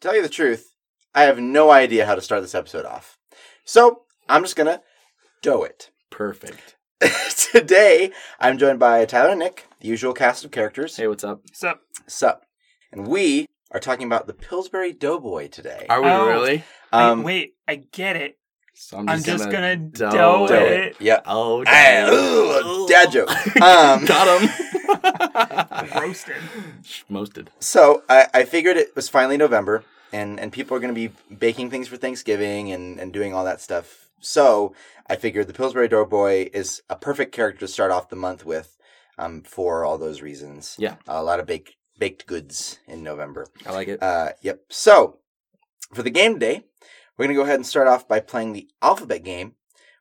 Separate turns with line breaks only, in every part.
tell you the truth, I have no idea how to start this episode off. So I'm just gonna do it.
Perfect.
Today, I'm joined by Tyler and Nick, the usual cast of characters.
Hey, what's up?
Sup?
Sup. And we are talking about the Pillsbury Doughboy today.
Are we
Oh.
really?
I-
Um,
wait, I get it.
So
I'm just gonna
do
dough
do
it.
Yep.
Oh,
Ah,
damn.
ooh, dad joke. Um,
Got him.
Roasted.
Mosted.
So I, I figured it was finally November, and, and people are going to be baking things for Thanksgiving and, and doing all that stuff. So I figured the Pillsbury Doughboy is a perfect character to start off the month with, um, for all those reasons.
Yeah.
a lot of baked baked goods in November.
I like it.
Uh, yep. So for the game today, we're going to go ahead and start off by playing the alphabet game,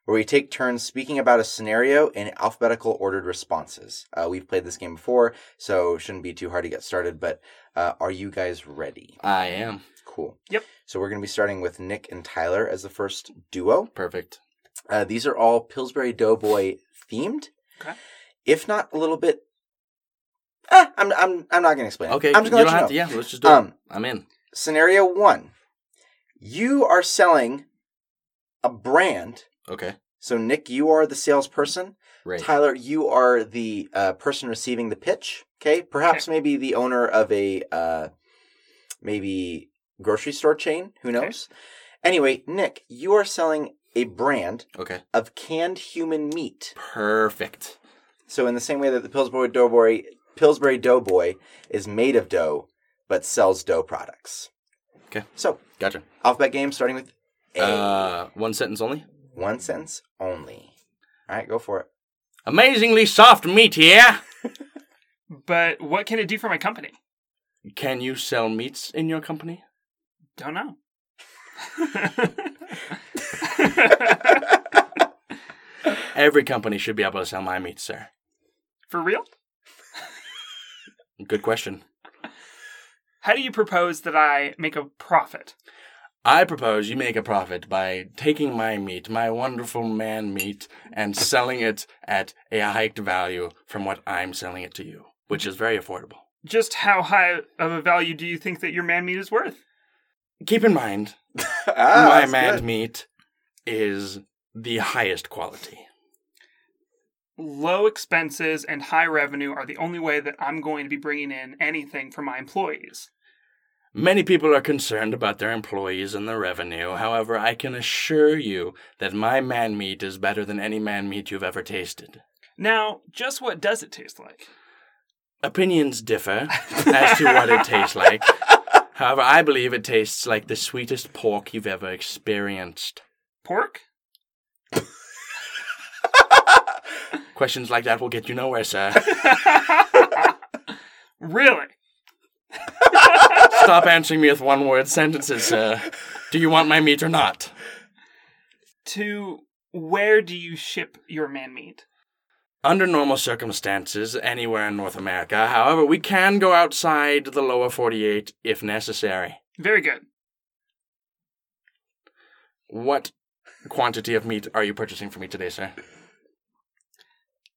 where we take turns speaking about a scenario in alphabetical ordered responses. Uh, we've played this game before, so shouldn't be too hard to get started. But uh, are you guys ready?
I am.
Cool.
Yep.
So we're going to be starting with Nick and Tyler as the first duo.
Perfect.
Uh, these are all Pillsbury Doughboy themed.
Okay.
If not a little bit. Eh, I'm, I'm, I'm not going to explain it.
Okay.
I'm just
you
going
don't
to let
have
you
to.
know.
Yeah, let's just do
Um,
it. I'm in.
Scenario one You are selling a brand.
Okay.
So, Nick, you are the salesperson.
Right.
Tyler, you are the uh, person receiving the pitch. Okay. Perhaps maybe the owner of a uh, maybe grocery store chain. Who
Okay.
knows? Anyway, Nick, you are selling a brand
Okay.
of canned human meat.
Perfect.
So, in the same way that the Pillsbury Doughboy, Pillsbury Doughboy is made of dough, but sells dough products.
Okay.
So,
Gotcha.
alphabet game starting with A.
Uh, one sentence only.
One sentence only. All right, go for it.
Amazingly soft meat here.
But what can it do for my company?
Can you sell meats in your company?
Don't know.
Every company should be able to sell my meat, sir.
for real?
Good question.
How do you propose that I make a profit?
I propose you make a profit by taking my meat, my wonderful man meat, and selling it at a hiked value from what I'm selling it to you, which is very affordable.
Just how high of a value do you think that your man meat is worth?
Keep in mind,
Ah,
my
that's
man
good.
meat is the highest quality.
Low expenses and high revenue are the only way that I'm going to be bringing in anything for my employees.
Many people are concerned about their employees and their revenue. However, I can assure you that my man meat is better than any man meat you've ever tasted.
Now, just what does it taste like?
Opinions differ as to what it tastes like. However, I believe it tastes like the sweetest pork you've ever experienced.
Pork?
Questions like that will get you nowhere, sir.
really?
Stop answering me with one word sentences, sir. Do you want my meat or not?
To where do you ship your man meat?
Under normal circumstances, anywhere in North America. However, we can go outside the lower 48 if necessary.
Very good.
What quantity of meat are you purchasing for me today, sir?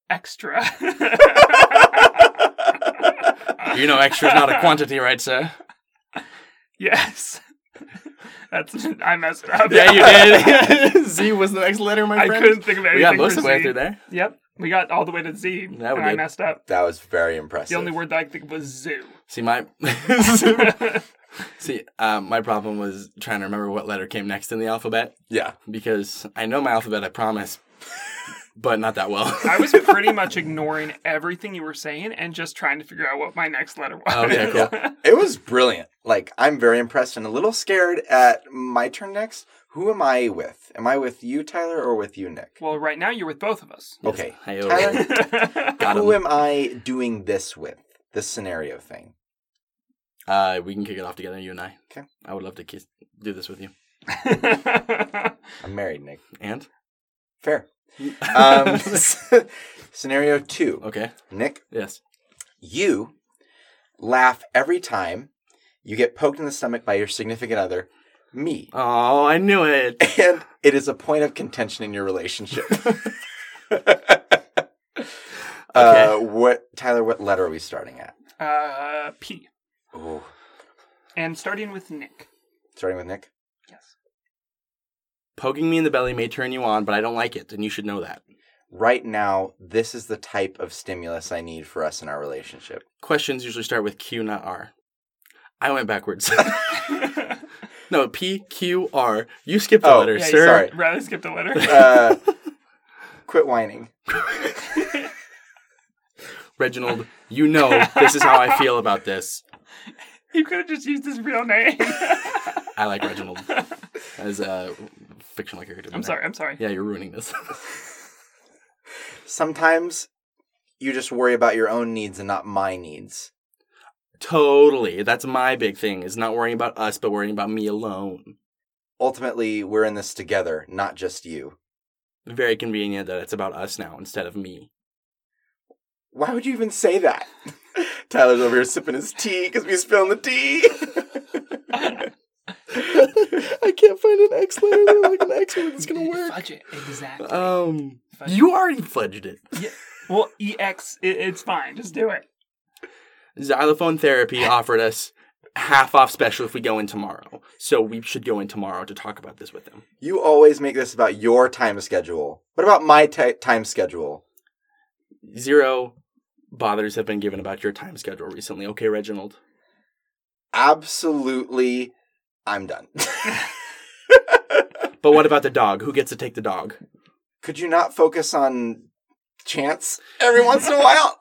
Extra.
You know, extra is not a quantity, right, sir?
yes. That's I messed it up.
Yeah, you did. Z was the next letter, my
I
friend.
couldn't think of anything.
we got most
for
of the way
Z.
through there.
Yep. We got all the way to Z
we
and I
did.
messed up.
That was very
The
impressive.
only word that I could think of was zoo.
See my see uh, my problem was trying to remember what letter came next in the alphabet
Yeah.
because I know my alphabet, I promise, but not that well.
I was pretty much ignoring everything you were saying and just trying to figure out what my next letter was.
Oh, Okay, cool.
It was brilliant. Like, I'm very impressed and a little scared at my turn next. Who am I with? Am I with you, Tyler, or with you, Nick?
Well, right now you're with both of us.
Okay.
I
Tyler,
Got
who
him.
am I doing this with? This scenario thing.
Uh, we can kick it off together, you and I.
Okay.
I would love to kiss, do this with you.
I'm married, Nick.
And
Fair. Um, scenario two.
okay,
Nick,
yes,
you laugh every time you get poked in the stomach by your significant other, me.
Oh, I knew it.
And it is a point of contention in your relationship. uh, what Tyler, what letter are we starting at?
uh, P.
Ooh.
And starting with Nick.
starting with Nick.
Yes.
Poking me in the belly may turn you on, but I don't like it, and you should know that.
Right now, this is the type of stimulus I need for us in our relationship.
Questions usually start with Q, not R. I went backwards. no, P, Q, R. You skipped the
Oh,
letter,
yeah, you
sir.
sorry.
Rather skip the letter.
Uh, quit whining.
Reginald, you know this is how I feel about this.
you could have just used his real name.
I like Reginald as a fictional character.
I'm sorry. I'm sorry.
Yeah, you're ruining this.
Sometimes you just worry about your own needs and not my needs.
totally. That's my big thing is not worrying about us, but worrying about me alone.
Ultimately, we're in this together, not just you.
Very convenient that it's about us now instead of me.
Why would you even say that? Tyler's over here sipping his tea because we spilling the tea.
I can't find an X layer there, like an X one that's gonna work.
Fudge it. Exactly.
Um,
Fudge it.
you already fudged it.
Yeah. Well, EX, it, it's fine. Just do it.
Xylophone therapy offered us half off special if we go in tomorrow, so we should go in tomorrow to talk about this with them.
you always make this about your time schedule. What about my ti time schedule?
Zero bothers have been given about your time schedule recently. Okay, Reginald.
Absolutely, I'm done.
But what about the dog? Who gets to take the dog?
Could you not focus on chance every once in a while?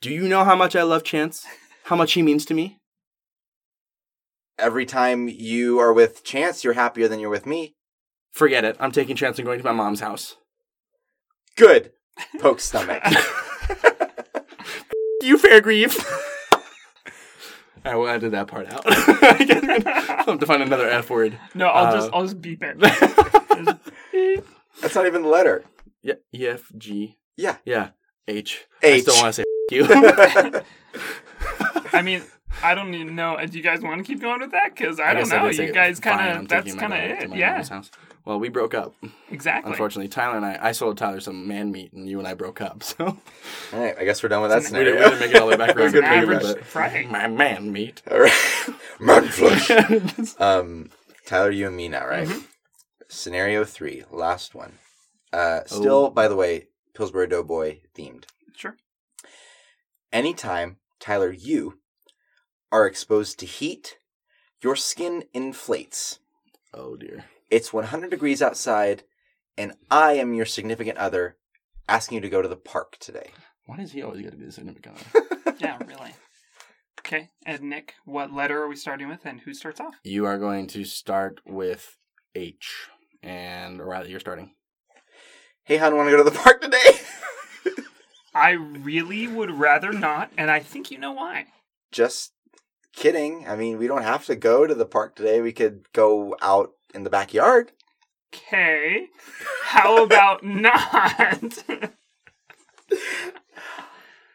Do you know how much I love Chance? How much he means to me?
Every time you are with chance, you're happier than you're with me.
Forget it. I'm taking Chance and going to my mom's house.
Good. Poke stomach.
You fair grieve. I will edit that part out. I'll have to find another F word.
No, I'll
Uh,
just I'll just beep it.
That's not even the letter.
Yeah, E F G.
Yeah.
Yeah, H. I
H.
still want to say you.
I mean, I don't even know. Do you guys want to keep going with that? Because I, don't
guess I
know.
did say,
You guys
"Fine,
kind
I'm
of that's
taking my
kind
dog to
of it.
my
Yeah.
mom's house. Well, we broke up.
Exactly.
Unfortunately, Tyler and I, I sold Tyler some man meat, and you and I broke up. So
All right, I guess we're done with that
It's an-
we didn't,
scenario.
we didn't make it all the way back
We're
around.
It's an
good for you,
average
but-
Friday.
My man meat.
All right. Man flesh. Um, Tyler, you and me now, right?
Mm-hmm.
Scenario three, last one. Uh, still,
Oh.
by the way, Pillsbury Doughboy themed.
Sure.
Anytime, Tyler, you are exposed to heat, your skin inflates.
Oh dear.
It's 100 degrees outside, and I am your significant other asking you to go to the park today.
Why does he always got to be the significant other?
Yeah, really. Okay, and Nick, what letter are we starting with, and who starts off?
You are going to start with H, and Riley, you're starting.
Hey, hon, want to go to the park today?
I really would rather not, and I think you know why.
Just kidding. I mean, we don't have to go to the park today. We could go out in the backyard.
Okay, how about not?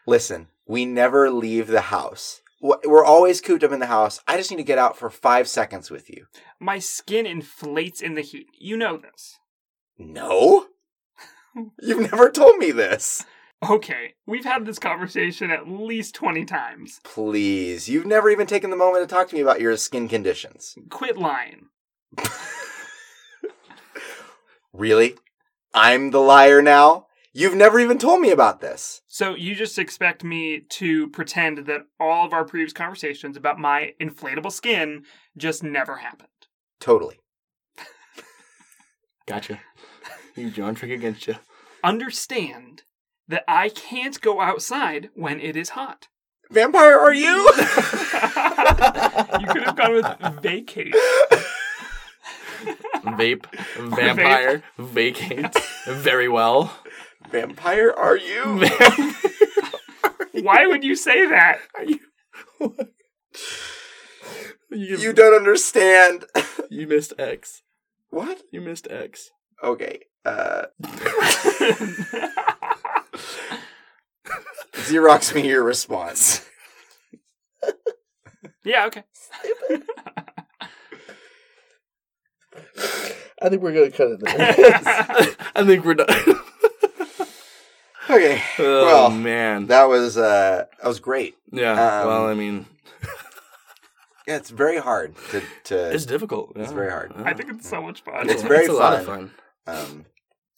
Listen, we never leave the house. Wh- We're always cooped up in the house. I just need to get out for five seconds with you.
My skin inflates in the heat. You know this.
No? You've never told me this.
Okay, we've had this conversation at least 20 times.
Please, you've never even taken the moment to talk to me about your skin conditions.
Quit lying.
Really? I'm the liar now? You've never even told me about this.
So you just expect me to pretend that all of our previous conversations about my inflatable skin just never happened.
Totally.
Gotcha. You John trick against you.
Understand that I can't go outside when it is hot.
Vampire, are you?
You could have gone with vacate.
Vape, vampire, vacate. Very well.
Vampire, are you?
Why would you say that?
You,
You don't understand.
you missed X.
What?
You missed X.
Okay. Uh, Xerox me your response.
yeah, okay.
I think we're gonna cut it there.
I think we're done. oh
Okay. Well,
man.
That was uh that was great.
yeah.
um,
well, I mean,
yeah, it's very hard to. to
It's difficult.
It's very hard.
I think it's so much fun.
It's very
a lot of
fun.
fun.
um,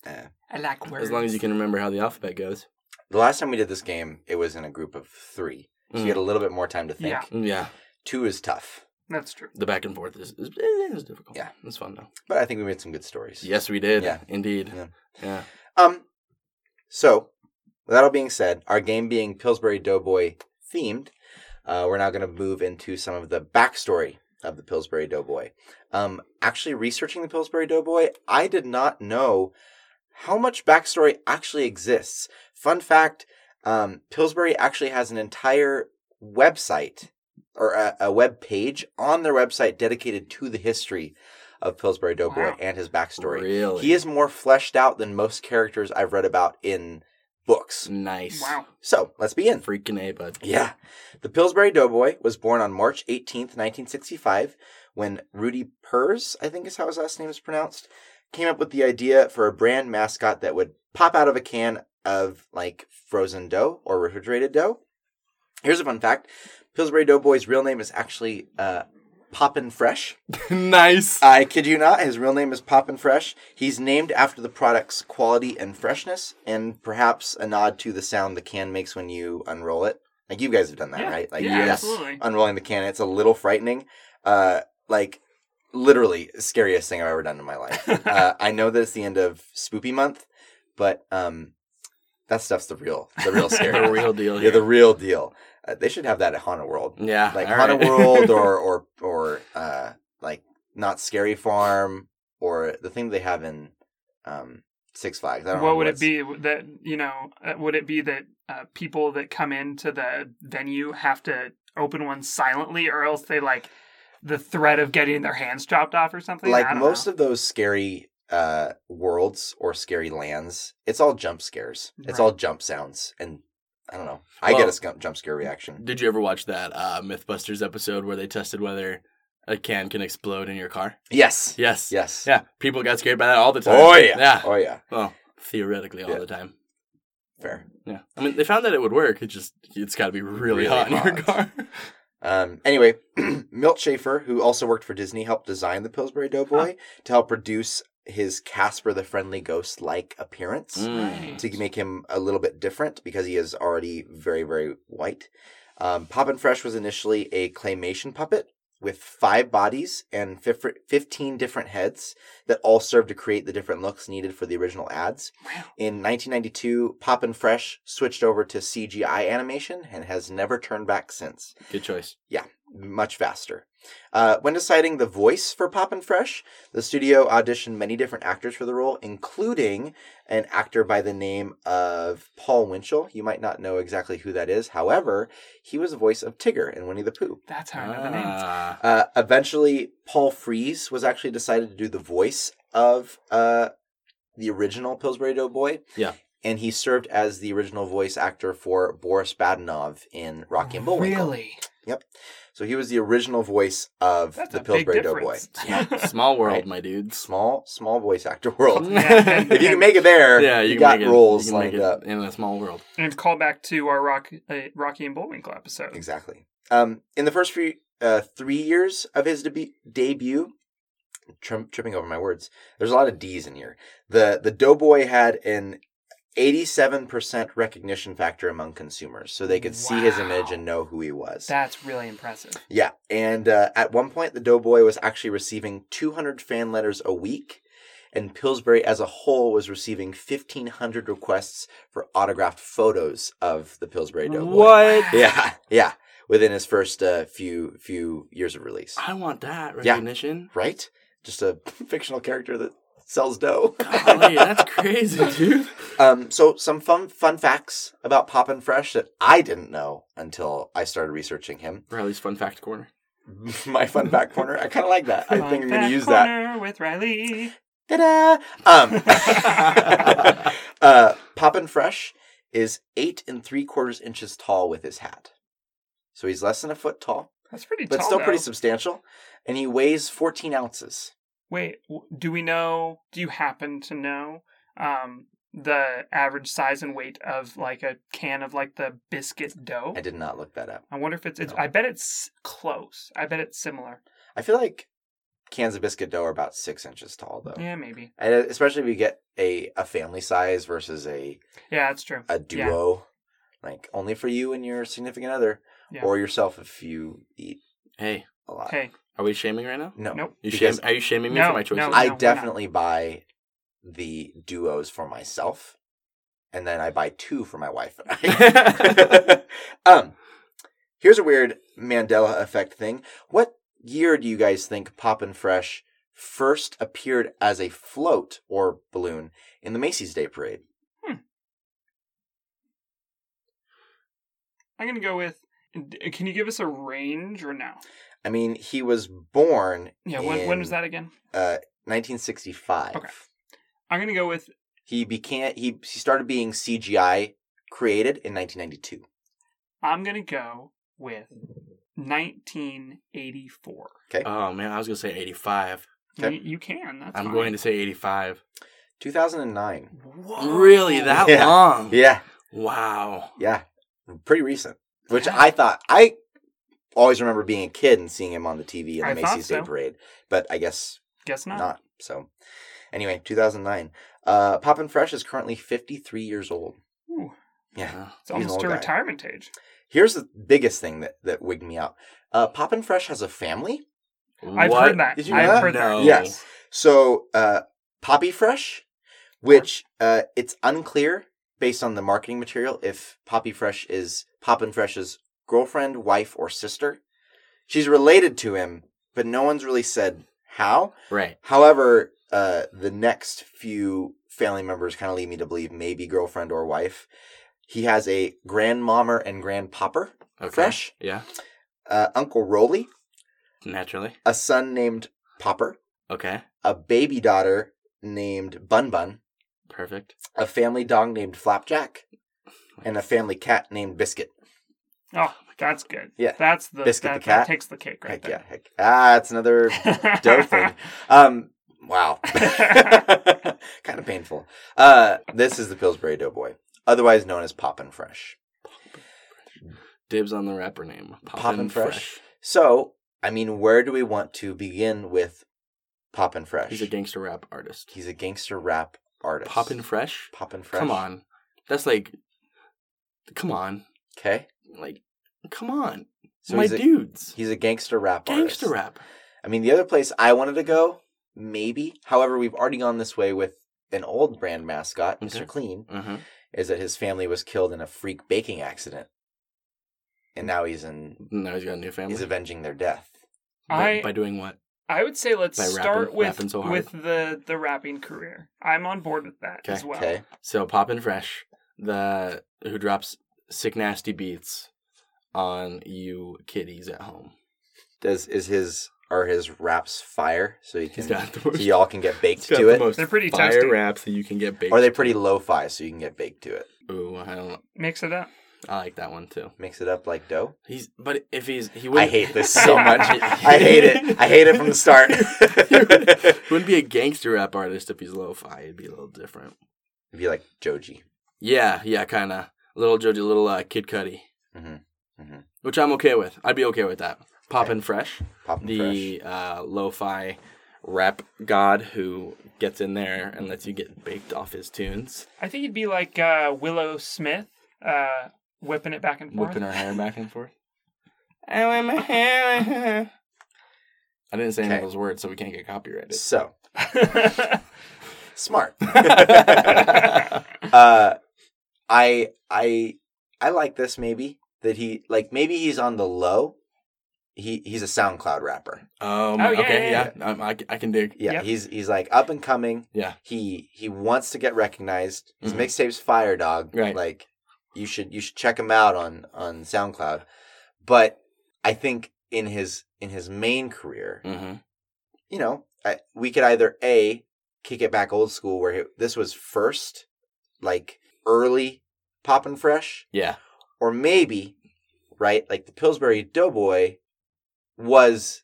eh.
I like words.
As long as you can remember how the alphabet goes.
The last time we did this game, it was in a group of three. So
Mm.
you had a little bit more time to think.
Yeah.
Yeah,
Two is tough,
That's true.
the back and forth is, is, is difficult.
Yeah.
it's fun though.
but I think we made some good stories.
Yes, we did.
Yeah.
Indeed.
Yeah.
Yeah.
Um. So, with that all being said, our game being Pillsbury Doughboy themed, uh, we're now going to move into some of the backstory of the Pillsbury Doughboy. Um, actually, researching the Pillsbury Doughboy, I did not know how much backstory actually exists. Fun fact: um, Pillsbury actually has an entire website or a, a web page on their website dedicated to the history of Pillsbury Doughboy
Wow.
and his backstory.
Really.
He is more fleshed out than most characters I've read about in
Mm.
books.
nice.
Wow.
So let's begin.
Freaking a bud.
Yeah. The Pillsbury Doughboy was born on March 18th, 1965, when Rudy Pers, I think is how his last name is pronounced, came up with the idea for a brand mascot that would pop out of a can of like frozen dough or refrigerated dough. Here's a fun fact Pillsbury Doughboy's real name is actually uh, Poppin' Fresh.
nice.
I kid you not, his real name is Poppin' Fresh. He's named after the product's quality and freshness, and perhaps a nod to the sound the can makes when you unroll it. Like you guys have done that,
Yeah.
right? Like
yeah,
yes.
absolutely.
unrolling the can, it's a little frightening. Uh, like literally scariest thing I've ever done in my life. uh, I know that it's the end of Spoopy Month, but um, that stuff's the real, the real scary.
the real deal.
yeah,
Here.
the real deal. Uh, they should have that at Haunted World
yeah.
like
all
Haunted
right.
World or or or uh like not Scary Farm or the thing they have in um Six Flags. I don't
What
know
would it
what's-
be that you know? Uh, would it be that uh, people that come into the venue have to open one silently, or else they like the threat of getting their hands chopped off or something? I
Like
don't
most
know.
of those scary uh worlds or scary lands, it's all jump scares. It's
Right.
all jump sounds and I don't know. I
Well-
get a sc- jump scare reaction.
Did you ever watch that uh, MythBusters episode where they tested whether a can can explode in your car?
Yes.
Yes.
Yes.
Yeah. People got scared by that all the time.
Oh yeah.
Yeah.
Oh yeah.
Well, theoretically, all
Yeah.
the time.
Fair.
Yeah. I mean, they found that it would work. It just it's got to be
Really
really, hot in your
hot.
car.
Um, anyway, Milt Schaefer, who also worked for Disney, helped design the Pillsbury Doughboy to help reduce his Casper the Friendly Ghost like appearance
Mm.
to make him a little bit different because he is already very, very white. Um, Poppin' Fresh was initially a claymation puppet with five bodies and fif- 15 different heads that all served to create the different looks needed for the original ads.
Wow.
In 1992, Poppin' Fresh switched over to CGI animation and has never turned back since
Good choice.
much faster. Uh, when deciding the voice for Poppin' Fresh, the studio auditioned many different actors for the role, including an actor by the name of Paul Winchell. You might not know exactly who that is. However, he was the voice of Tigger in Winnie the Pooh.
that's how I know the names.
Ah.
Uh, eventually, Paul Frees was actually decided to do the voice of uh, the original Pillsbury Doughboy.
Yeah.
And he served as the original voice actor for Boris Badenov in Rocky and Bullwinkle.
Really,
So he was the original voice of
that's
the
a big
Pillsbury Doughboy.
difference.
Small world,
Right.
my dudes.
Small, small voice actor world.
Yeah.
if you can make it there,
yeah,
you,
you, can
got
make it-
roles
you can make
lined
it
up.
in a small world.
and call back to our Rock, uh, Rocky and Bullwinkle episode.
Exactly. Um, in the first few, uh, three years of his debu- debut, tri- tripping over my words, there's a lot of D's in here. The the Doughboy had an 87% recognition factor among consumers, so they could see his
Wow.
image and know who he was.
That's really impressive.
Yeah, and uh, at one point, the Doughboy was actually receiving 200 fan letters a week, and Pillsbury as a whole was receiving 1,500 requests for autographed photos of the Pillsbury Doughboy. Yeah, yeah. Within his first uh, few few years of release,
I want that
Yeah.
recognition.
right? Just a fictional character that sells dough.
Golly, that's crazy, dude.
Um, so some fun fun facts about Poppin' Fresh that I didn't know until I started researching him.
Riley's fun fact corner.
My fun fact corner. I kind of like that. I
Fun
think I'm going to
fact
use that.
corner With Riley.
Ta-da! Um, uh, Poppin' Fresh is eight and three quarters inches tall with his hat. So he's less than a foot tall,
That's pretty
but
tall.
still pretty
though.
substantial. And he weighs 14 ounces.
Wait, w- do we know? Do you happen to know um, the average size and weight of like a can of like the biscuit dough?
I did not look that up.
I wonder if it's, it's
No.
I bet it's close. I bet it's similar.
I feel like cans of biscuit dough are about six inches tall, though.
Yeah, maybe.
And especially if you get a, a family size versus a,
Yeah, that's true.
a duo, like only for you and your significant other,
Yeah.
or yourself if you eat
Hey,
a lot.
Hey,
are we shaming right now?
No.
Nope.
You shame,
Because-
are you shaming me
No,
for my choices?
no.
I
we're not.
definitely buy the duos for myself, and then I buy two for my wife. and I. um, here's a weird Mandela effect thing. What year do you guys think Poppin' Fresh first appeared as a float or balloon in the Macy's Day Parade?
I'm gonna go with. d- uh, Can you give us a range or no?
I mean, he was born
Yeah. When, when was
In-
that again?
uh 1965.
Okay. I'm gonna go with.
He became he he started being CGI created in 1992.
I'm gonna go with 1984.
Oh man, I was gonna say 85.
Okay.
You, you can. That's
I'm
fine.
going to say 85.
2009.
Whoa.
Really, that
Yeah.
long?
Yeah.
Wow.
Yeah, mm, pretty recent. Which I thought I always remember being a kid and seeing him on the TV in the
I thought
Macy's Day
so.
Parade, but I guess
Guess not.
not. So, anyway, 2009. Uh, Poppin' Fresh is currently 53 years old.
Ooh,
Yeah,
it's
He's an
almost
old
to
guy.
retirement age.
here's the biggest thing that that wigged me out. Uh, Poppin' Fresh has a family.
I've
What?
heard that.
Did you know
I've
that?
heard
No.
that.
Yes. So, uh, Poppy Fresh, which uh, it's unclear based on the marketing material if Poppy Fresh is Poppin' Fresh's girlfriend, wife, or sister. She's related to him, but no one's really said how.
Right.
However, uh, the next few family members kind of lead me to believe maybe girlfriend or wife. He has a grandmommer and grandpopper,
Okay.
Fresh?
Yeah.
uh, Uncle Rolly,
Naturally.
a son named Popper,
Okay.
a baby daughter named Bun Bun,
Perfect.
a family dog named Flapjack, and a family cat named Biscuit.
Oh, that's good.
Yeah.
That's the
Biscuit
that,
the cat.
that takes the cake right
Heck yeah, heck ah, it's another
there.
dough thing. Um, wow, kind of painful. Uh, this is the Pillsbury Doughboy, otherwise known as Poppin' Fresh.
Dibs on the rapper name. Poppin',
Poppin'
fresh.
Fresh. So, I mean, where do we want to begin with Poppin' Fresh?
He's a gangster rap artist.
He's a gangster rap artist.
Poppin' fresh?
Poppin' Fresh.
Come on. That's like come on.
okay.
Like come on.
So
My
he's a,
dudes.
he's a gangster rap artist.
gangster rap.
I mean, the other place I wanted to go, maybe. However, we've already gone this way with an old brand mascot,
Okay.
Mr. Clean,
Mm-hmm.
is that his family was killed in a freak baking accident. And now he's in
Now he's got a new family.
he's avenging their death.
by,
I-
by doing what?
I would say let's
By rapping-
start
rapping
with
so hard.
with the the rapping career. I'm on board with that
Okay.
as well.
Okay.
So Poppin' Fresh, the who drops sick nasty beats on you kiddies at home.
Does is his are his raps fire so he
He's
can
got the
so
most,
y'all can get baked
he's got
to
the
it?
most
They're pretty
fire
tasty.
raps that you can get baked.
Or are they
to.
pretty lo fi so you can get baked to it?
Ooh, I don't.
Mix it up.
I like that one too.
Mix it up like dough?
He's but if he's he
I
wouldn't.
hate this so much. I hate it. I hate it from the start.
he wouldn't be a gangster rap artist if he's lo-fi. It'd be a little different.
It'd be like Joji.
Yeah, yeah, kind of. Little Joji, little uh, Kid Cudi,
Mhm. Mhm.
which I'm okay with. I'd be okay with that. Poppin' Fresh.
Poppin' fresh.
the uh, lo-fi rap god who gets in there and lets you get baked off his tunes,
I think it'd be like uh, Willow Smith uh, whipping it back and forth.
whipping her hair back and forth. I want my hair, my hair. I didn't say any of
Okay.
those words, so we can't get copyrighted.
So smart.
yeah,
uh, I I I like this maybe that he like maybe he's on the low. He he's a SoundCloud rapper.
Um,
Oh, yeah,
okay,
yeah,
yeah, Um, I, c- I can dig.
Yeah,
Yep.
he's he's like up and coming.
Yeah.
he he wants to get recognized. His
Mhm.
mixtape's fire dog.
Right.
like you should you should check him out on on SoundCloud. But I think in his in his main career,
Mm-hmm.
you know, I, we could either a kick it back old school where he, this was first, like early poppin' fresh,
Yeah,
or maybe right like the Pillsbury Doughboy was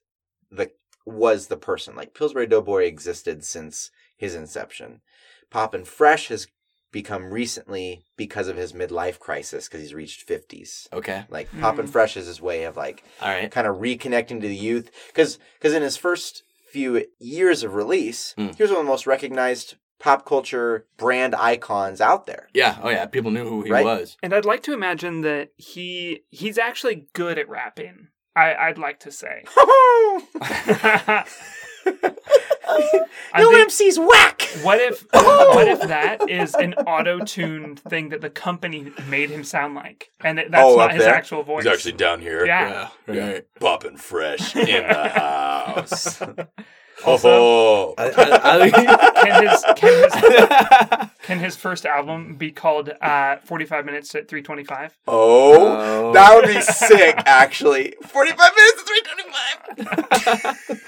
the was the person like Pillsbury Doughboy existed since his inception. Poppin' Fresh has become recently because of his midlife crisis because he's reached 50s.
Okay.
Like Poppin'
Hmm.
Mm.
Fresh is his way of like
All right.
kind of reconnecting to the youth because because in his first few years of release,
Hmm.
Mm.
he was one of the most recognized pop culture brand icons out there.
Yeah. Oh yeah. People knew who he
Right?
was.
And I'd like to imagine that he he's actually good at rapping. I, I'd like to say. I
no
think,
MC's whack.
what if what if that is an auto-tuned thing that the company made him sound like, and that, that's
Oh,
not
up
his
there?
actual voice?
He's actually down here.
Yeah.
Yeah. Right.
Popping fresh in the house.
Also,
oh,
I, I,
can his can his
I,
can his first album be called uh, "45 Minutes at 325"?
Oh,
Oh.
that would be sick. Actually, forty-five minutes to three twenty-five.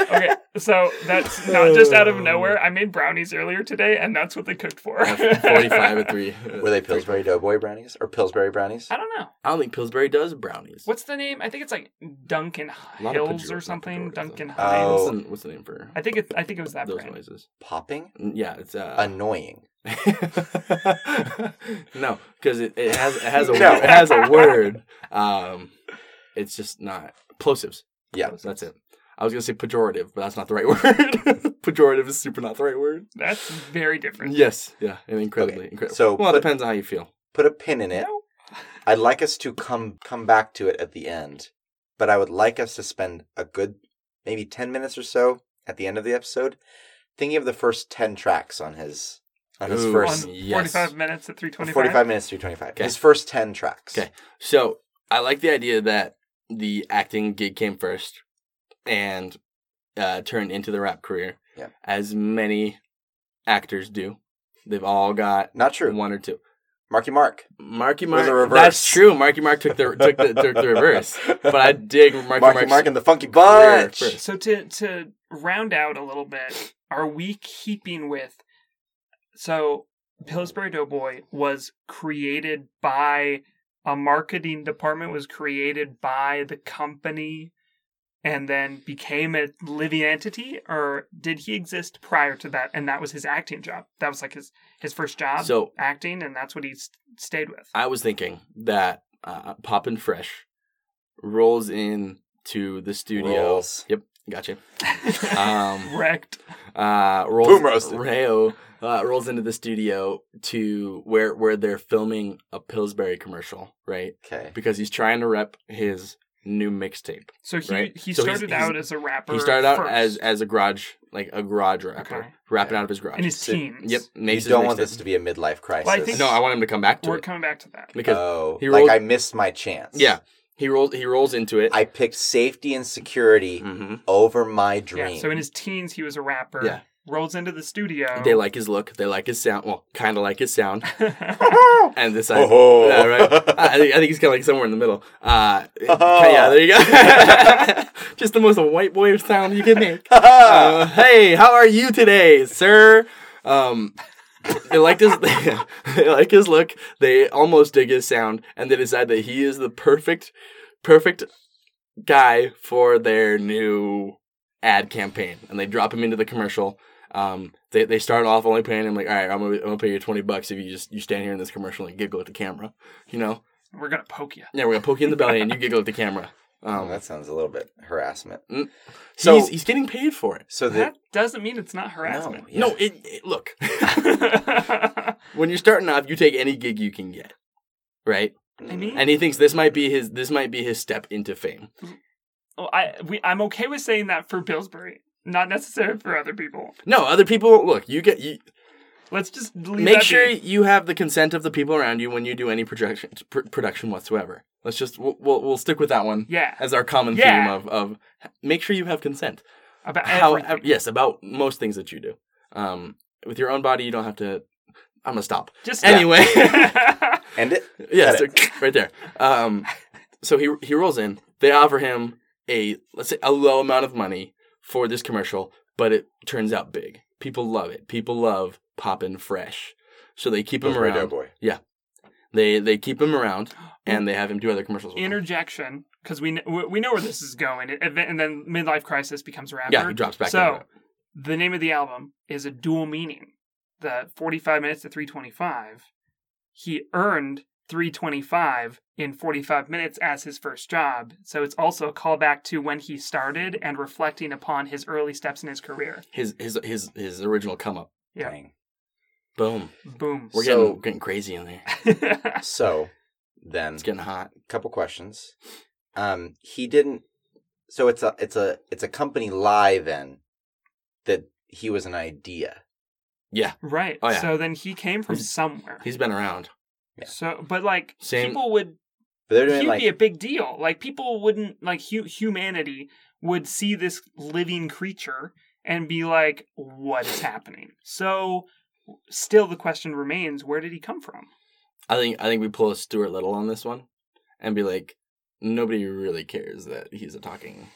Okay, so that's not just out of nowhere. I made brownies earlier today, and that's what they cooked for.
Forty-five and three.
Were they Pillsbury Doughboy brownies or Pillsbury brownies?
I don't know.
I don't think Pillsbury does brownies.
What's the name? I think it's like Duncan
lot of
Hills
pejor-
or
not
something.
pejorative,
Duncan
though.
Hines.
Oh.
What's the, what's the name for
I think it. I think it was that
those
brand.
noises?
Popping,
N- Yeah, it's uh.
annoying.
no, because it, it has it has a
No.
word, it has a word. Um, it's just not plosives.
Yeah.
that's it. I was gonna say pejorative, but that's not the right word. pejorative is super not the right word.
That's very different.
Yes, yeah, and incredibly incredible.
so
So well,
put-
it depends on how you feel.
Put a pin in it.
No.
I'd like us to come come back to it at the end, but I would like us to spend a good maybe ten minutes or so at the end of the episode thinking of the first ten tracks on his on his
Ooh.
first
On
Yes.
45 minutes at 325.
forty-five minutes to twenty-five.
Okay.
His first ten tracks.
Okay. So I like the idea that the acting gig came first and uh, turned into the rap career.
Yeah.
As many actors do, they've all got
Not true.
one or two.
Marky Mark.
Marky
Was
Mark.
a reverse.
That's true. Marky Mark took the took the took the reverse. But I dig Marky,
Marky
Mark's
Mark and the Funky
career
Bunch.
first.
So to to round out a little bit, are we keeping with? So Pillsbury Doughboy was created by a marketing department was created by the company and then became a living entity or did he exist prior to that and that was his acting job that was like his his first job
So-
acting and that's what he s- stayed with
I was thinking that uh, Poppin' Fresh rolls in to the studio.
Rolls.
Yep, gotcha. Um,
wrecked
uh, rolls,
Boom roasted.
Rayo uh, rolls into the studio to where where they're filming a Pillsbury commercial, right?
Okay.
Because he's trying to rep his new mixtape.
so he
Right.
he
So he's-
started
he's-
out as a rapper
He started out
first,
as as a garage like a garage rapper,
Okay.
rapping out of his garage.
in his
so-
teens
yep,
You
makes his
don't want
mixtape.
this to be a midlife crisis.
Well, I think-
No, I want him to come back to
We're
it
coming back to that.
because
oh,
he
like
rolled-
I missed my chance.
yeah, he rolls he rolls into it.
I picked safety and security
hmm
over my dream.
Yeah. So in his teens, he was a rapper.
Yeah.
Rolls into the studio.
They like his look. They like his sound. Well, kind of like his sound. And this, I,
Oh.
yeah, right. I think, I think he's kind of like somewhere in the middle. Uh,
Oh.
Yeah, there you go. Just the most white boy sound you can make. Uh, hey, how are you today, sir? Um, they like his, they like his look. They almost dig his sound, and they decide that he is the perfect, perfect guy for their new ad campaign, and they drop him into the commercial. Um, they they start off only paying him like, all right, I'm gonna, I'm gonna pay you twenty bucks if you just you stand here in this commercial and giggle at the camera, you know?
We're gonna poke you.
Yeah, we're gonna poke you in the belly and you giggle at the camera. Um,
Oh, that sounds a little bit harassment.
Mm.
So,
he's, he's getting paid for it.
so the
That doesn't mean it's not
no,
harassment.
yeah.
No, it, it look when you're starting off, you take any gig you can get, right?
I mean,
And he thinks this might be his this might be his step into fame.
well, I we, I'm okay with saying that for Pillsbury, not necessary for other people.
No, other people look. You get you
Let's just leave
make
that
sure
be.
you have the consent of the people around you when you do any production pr- production whatsoever. Let's just we'll, we'll we'll stick with that one
Yeah.
as our common
Yeah.
theme of of make sure you have consent.
About
how
everything.
yes about most things that you do um with your own body you don't have to i'm gonna stop
Just
anyway
end it. Got
yeah so, right there um so he he rolls in they offer him a let's say a low amount of money for this commercial but it turns out big people love it people love poppin' fresh so they keep him
Pillsbury
around
Doughboy.
they they keep him around and they have him do other commercials with them.
interjection because we kn- we we know where this is going, It- and then midlife crisis becomes rapper.
yeah he drops back
So
into it.
the name of the album is a dual meaning. The 45 minutes to 325, he earned 325 in 45 minutes as his first job. So it's also a callback to when he started and reflecting upon his early steps in his career.
His his his his original come up.
Yeah.
Dang.
Boom.
Boom.
We're
So-
getting getting crazy in there.
So then
It's getting hot.
couple questions. Um, he didn't. So it's a it's a it's a company lie then that he was an idea.
right.
Oh, yeah.
So then he came from somewhere.
He's been around.
Yeah.
So, but like
Same-
people would
But they're doing
he'd
like
be a big deal. Like people wouldn't like hu- humanity would see this living creature and be like, "What is happening?" So, still the question remains: Where did he come from?
I think I think we pull a Stuart Little on this one, and be like, nobody really cares that he's a talking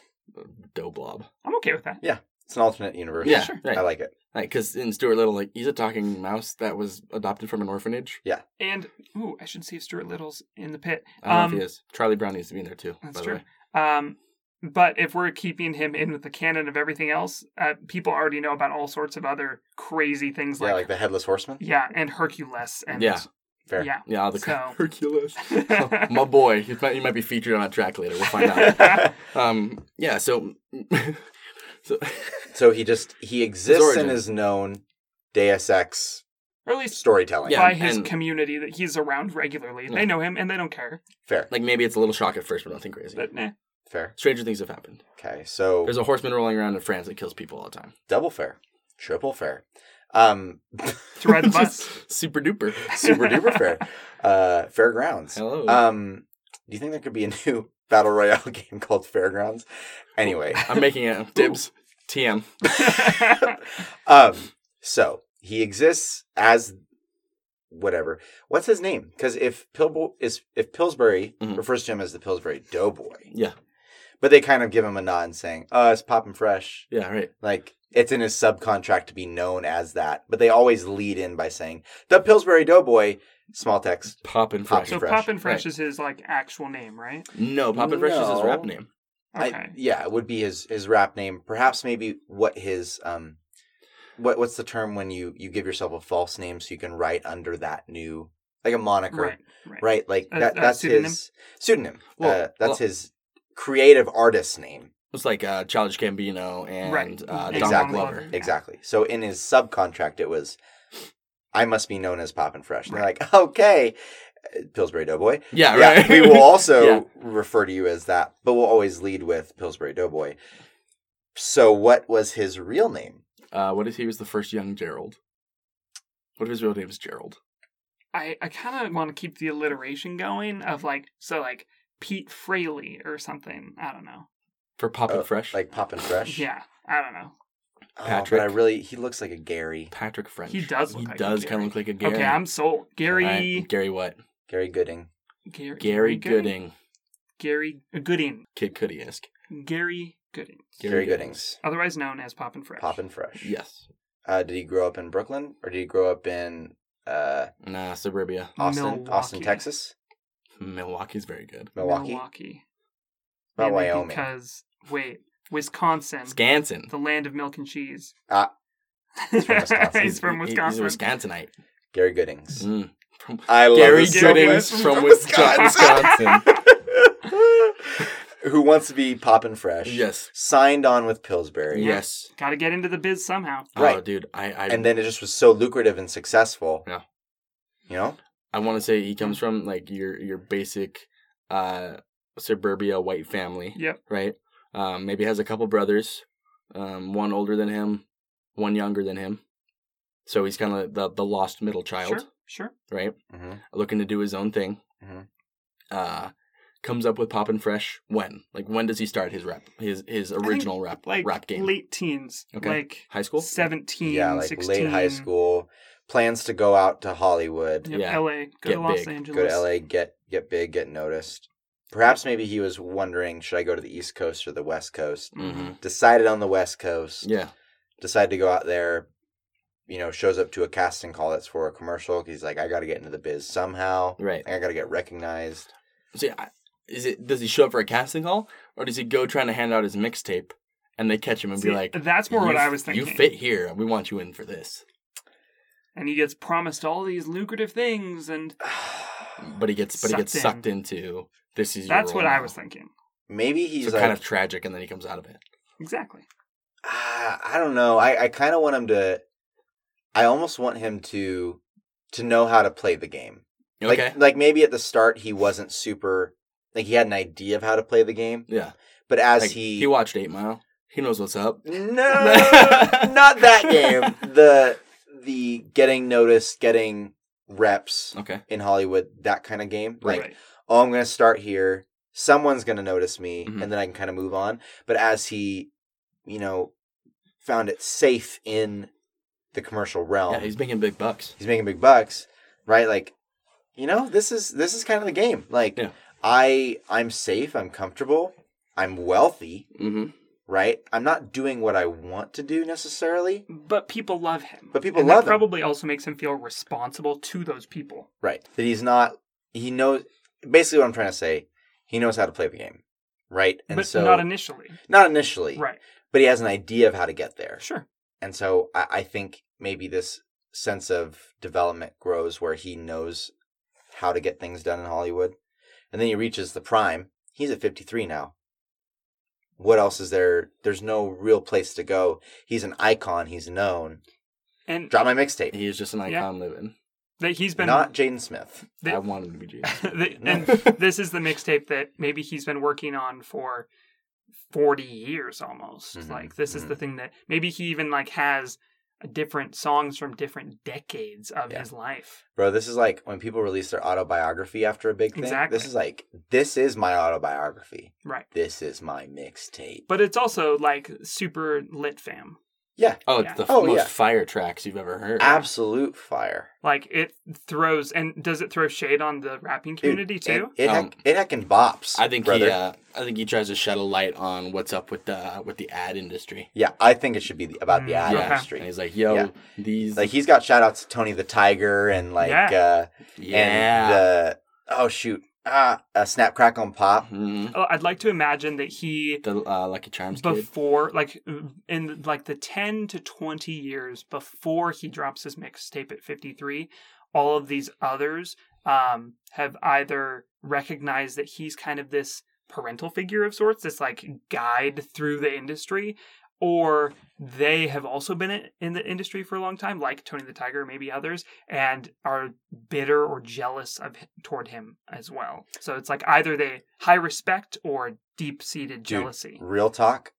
dough blob.
I'm okay with that.
it's an alternate universe.
Yeah, sure.
I
right.
like it.
Like, because in Stuart Little, like he's a talking mouse that was adopted from an orphanage.
And ooh, I should see if Stuart Little's in the pit.
I don't know
Um,
if he is. Charlie Brown needs to be in there too.
That's
by the
true.
way.
Um, but if we're keeping him in with the canon of everything else, uh, people already know about all sorts of other crazy things
Yeah,
like,
like the headless horseman.
yeah, and Hercules and
Yeah.
Fair.
yeah.
Yeah, all the
So-
Hercules. My boy, you might, you might be featured on a track later. We'll find out. Um, yeah. So, so
So he just he exists
origin.
and is known Deus Ex
or at least
storytelling.
Yeah,
by his
and-
community that he's around regularly.
Yeah.
They know him and they don't care.
Fair.
like maybe it's a little shock at first, but nothing crazy.
But nah.
Fair.
Stranger things have happened.
Okay. So
There's a horseman rolling around in France that kills people all the time.
double fair, triple fair, um,
To ride the bus.
Just Super duper.
super duper fair, uh, fairgrounds.
Hello.
Um, do you think there could be a new battle royale game called Fairgrounds? Anyway,
I'm making it. Dibs. TM.
um, so he exists as whatever. What's his name? Because if Pilbo is if Pillsbury
Mhm.
refers to him as the Pillsbury Doughboy,
Yeah.
but they kind of give him a nod and saying, "Oh, it's poppin' fresh."
Yeah. Right.
Like it's in his subcontract to be known as that, but they always lead in by saying the Pillsbury Doughboy. Small text.
Poppin' Fresh.
so
Fresh.
Poppin' Fresh
Right.
is his like actual name, right?
No, Poppin' Fresh is his
No.
rap name.
I-
Okay.
yeah, it would be his his rap name. Perhaps maybe what his um, what what's the term when you you give yourself a false name so you can write under that new like a moniker,
right.
right?
Right.
Like
A-
that
a
that's
pseudonym?
his pseudonym.
Well,
uh, that's
well-
his creative artist name.
It's like uh, Childish Gambino and
Right.
uh, Donald
Exactly.
Glover.
Exactly. So in his subcontract, it was I must be known as Poppin' Fresh. And they're
Right.
like, okay, Uh, Pillsbury Doughboy.
Yeah.
Yeah,
Right.
we will also
Yeah.
refer to you as that, but we'll always lead with Pillsbury Doughboy. So, what was his real name?
Uh, what if he was the first young Gerald? What if his real name is Gerald?
I, I kind of want to keep the alliteration going of like, so like Pete Fraley or something. I don't know.
For Poppin'
Oh,
Fresh?
Like Poppin' Fresh?
Yeah. I don't know.
Oh,
Patrick.
but I really, he looks like a Gary.
Patrick French.
He does look
He
like a
does kind
Gary.
of look like a Gary.
Okay. I'm sold. Gary.
Right? Gary what?
Gary Gooding.
Gary,
Gary Gooding.
Gary Gooding.
Kid Cudi esque.
Gary Gooding.
Gary, Goodings.
Otherwise known as Poppin' Fresh.
Poppin' Fresh.
Yes.
Uh, did he grow up in Brooklyn or did he grow up in uh,
Nah, suburbia.
Austin, Austin,
Milwaukee.
Texas,
Milwaukee's very good.
Milwaukee?
Milwaukee.
Not
Mainly
Wyoming.
Because, wait, Wisconsin.
Skansen.
the land of milk and cheese.
Ah. from
he's from
Wisconsin.
Wisconsin.
He- He's a Wisconsinite.
Gary Goodings.
Mm.
I love
Gary
this so
Goodings
much.
from Wisconsin. Wisconsin.
Who wants to be Poppin' Fresh?
yes.
Signed on with Pillsbury.
Yes.
Got to get into the biz somehow.
Oh,
Right.
dude. I I,
and then it just was so lucrative and successful.
Yeah.
You know?
I want to say he
Mm-hmm.
comes from like your your basic uh suburbia white family.
Yep.
Right. Um, maybe has a couple brothers, um, one older than him, one younger than him. So he's kind of the the lost middle child,
Sure, Mm-hmm. sure.
right?
hmm
looking to do his own thing.
Mhm.
Uh, comes up with Poppin' Fresh when? Like when does he start his rap? His his
think,
original rap
Like
rap game?
late teens,
Okay.
like
High school?
17,
Yeah, like
16,
late high school, plans to go out to Hollywood,
Yep,
Yeah.
LA, go
Get
to Los
big. Go to
Angeles.
go to LA, get get big, get noticed. Perhaps maybe he was wondering, should I go to the East Coast or the West Coast?
Mhm.
Decided on the West Coast.
Yeah.
Decided to go out there. You know, shows up to a casting call that's for a commercial. He's like, I got to get into the biz somehow.
Right.
I got to get recognized.
So yeah, I- is it does he show up for a casting call or does he go trying to hand out his mixtape and they catch him and
See,
be like,
that's more what
"You-
I was thinking.
You fit here. We want you in for this."
And he gets promised all these lucrative things, and
But he gets but he gets
Sucked
sucked into this is your
that's
role
what I
now."
was thinking.
Maybe he's
So
like,
kind of tragic, and then he comes out of it.
Exactly.
ah, I don't know. I, I kind of want him to. I almost want him to to know how to play the game. Like,
Okay.
like maybe at the start he wasn't super. Like he had an idea of how to play the game,
yeah.
but as
Like,
he
he watched Eight Mile. He knows what's up.
No, not that game. The the getting noticed, getting reps
Okay.
in Hollywood, that kind of game. Like,
right.
oh, I'm gonna start here. Someone's gonna notice me,
Mhm.
and then I can kind of move on. But as he, you know, found it safe in the commercial realm,
Yeah,
he's...
he's making big bucks.
making big bucks, right? Like, you know, this is this is kind of the game. Like,
Yeah.
I I'm safe. I'm comfortable. I'm wealthy
Mm-hmm.
right? I'm not doing what I want to do necessarily,
But people love him.
But people
And
love
that
him.
Probably also makes him feel responsible to those people.
right? That he's not, he knows, basically what I'm trying to say, he knows how to play the game, right? And
but
so,
not initially.
not initially,
Right.
but he has an idea of how to get there.
Sure.
And so I, I think maybe this sense of development grows where he knows how to get things done in Hollywood. And then he reaches the prime. He's at 53 now. What else is there? There's no real place to go. He's an icon. He's known.
And
Drop my mixtape.
He is just an icon
Yeah.
living.
that he's been
not Jaden Smith.
They-
I want him to be James.
the,
No.
and this is the mixtape that maybe he's been working on for 40 years almost
Mhm,
like this is the
mhm.
thing that maybe he even like has different songs from different decades of
Yeah.
his life
Bro, this is like when people release their autobiography after a big thing.
Exactly.
This is like, this is my autobiography.
right
This is my mixtape.
but it's also like super lit fam
Oh,
Yeah.
it's the
Oh,
most
yeah.
fire tracks you've ever heard.
Absolute fire.
like it throws and does it throw shade on the rapping
Dude,
community too
It, it,
Um,
heck, it heckin' bops.
I think
brother.
he. Uh, I think he tries to shed a light on what's up with the with the ad industry.
yeah, I think it should be the, about the
Mm,
ad
yeah.
industry.
And he's like, yo,
Yeah.
these
Like, he's got shout outs to Tony the Tiger and, like, uh, and
yeah.
the, oh, shoot, ah, uh, Snap Crackle and Pop.
Mhm.
Oh, i'd like to imagine that he
the uh, Lucky Charms kid.
before like in like the 10 to 20 years before he drops his mixtape at 53 all of these others um have either recognized that he's kind of this parental figure of sorts this like guide through the industry or they have also been in- in the industry for a long time like tony the tiger maybe others and are bitter or jealous of toward him as well so it's like either they high respect or deep-seated jealousy
Real talk.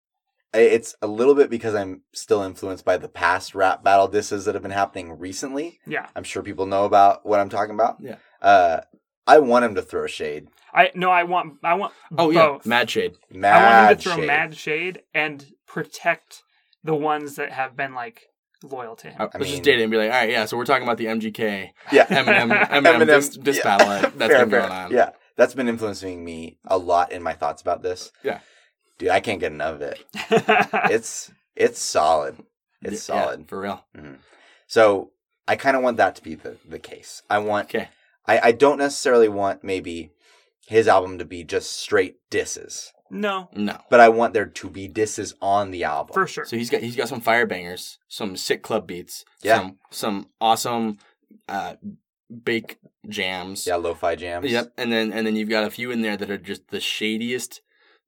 I- It's a little bit because I'm still influenced by the past rap battle disses that have been happening recently.
Yeah,
I'm sure people know about what I'm talking about.
Yeah.
Uh, I want him to throw shade.
I no, I want I want
Oh
both.
yeah, Mad Shade.
Mad
I want him to throw
shade.
mad shade and protect the ones that have been like loyal to him.
I, let's
mean-
just date it and be like, all right, yeah. So we're talking about the MGK
Yeah.
Eminem Eminem this,
Eminem,
this
yeah.
battle that- that's
Fair,
been
fair.
going on.
Yeah. That's been influencing me a lot in my thoughts about this.
Yeah.
Dude, I can't get enough of it.
Oh.
It's it's solid. It's
Yeah,
solid.
for real.
So I kind of want that to be the, the case. I want
Okay.
I, I don't necessarily want maybe his album to be just straight disses,
no,
No.
but I want there to be disses on the album.
for sure.
So he's got he's got some fire bangers, some sick club beats,
Yeah.
some some awesome uh bake jams.
Yeah, lo-fi jams.
Yep. And then and then you've got a few in there that are just the shadiest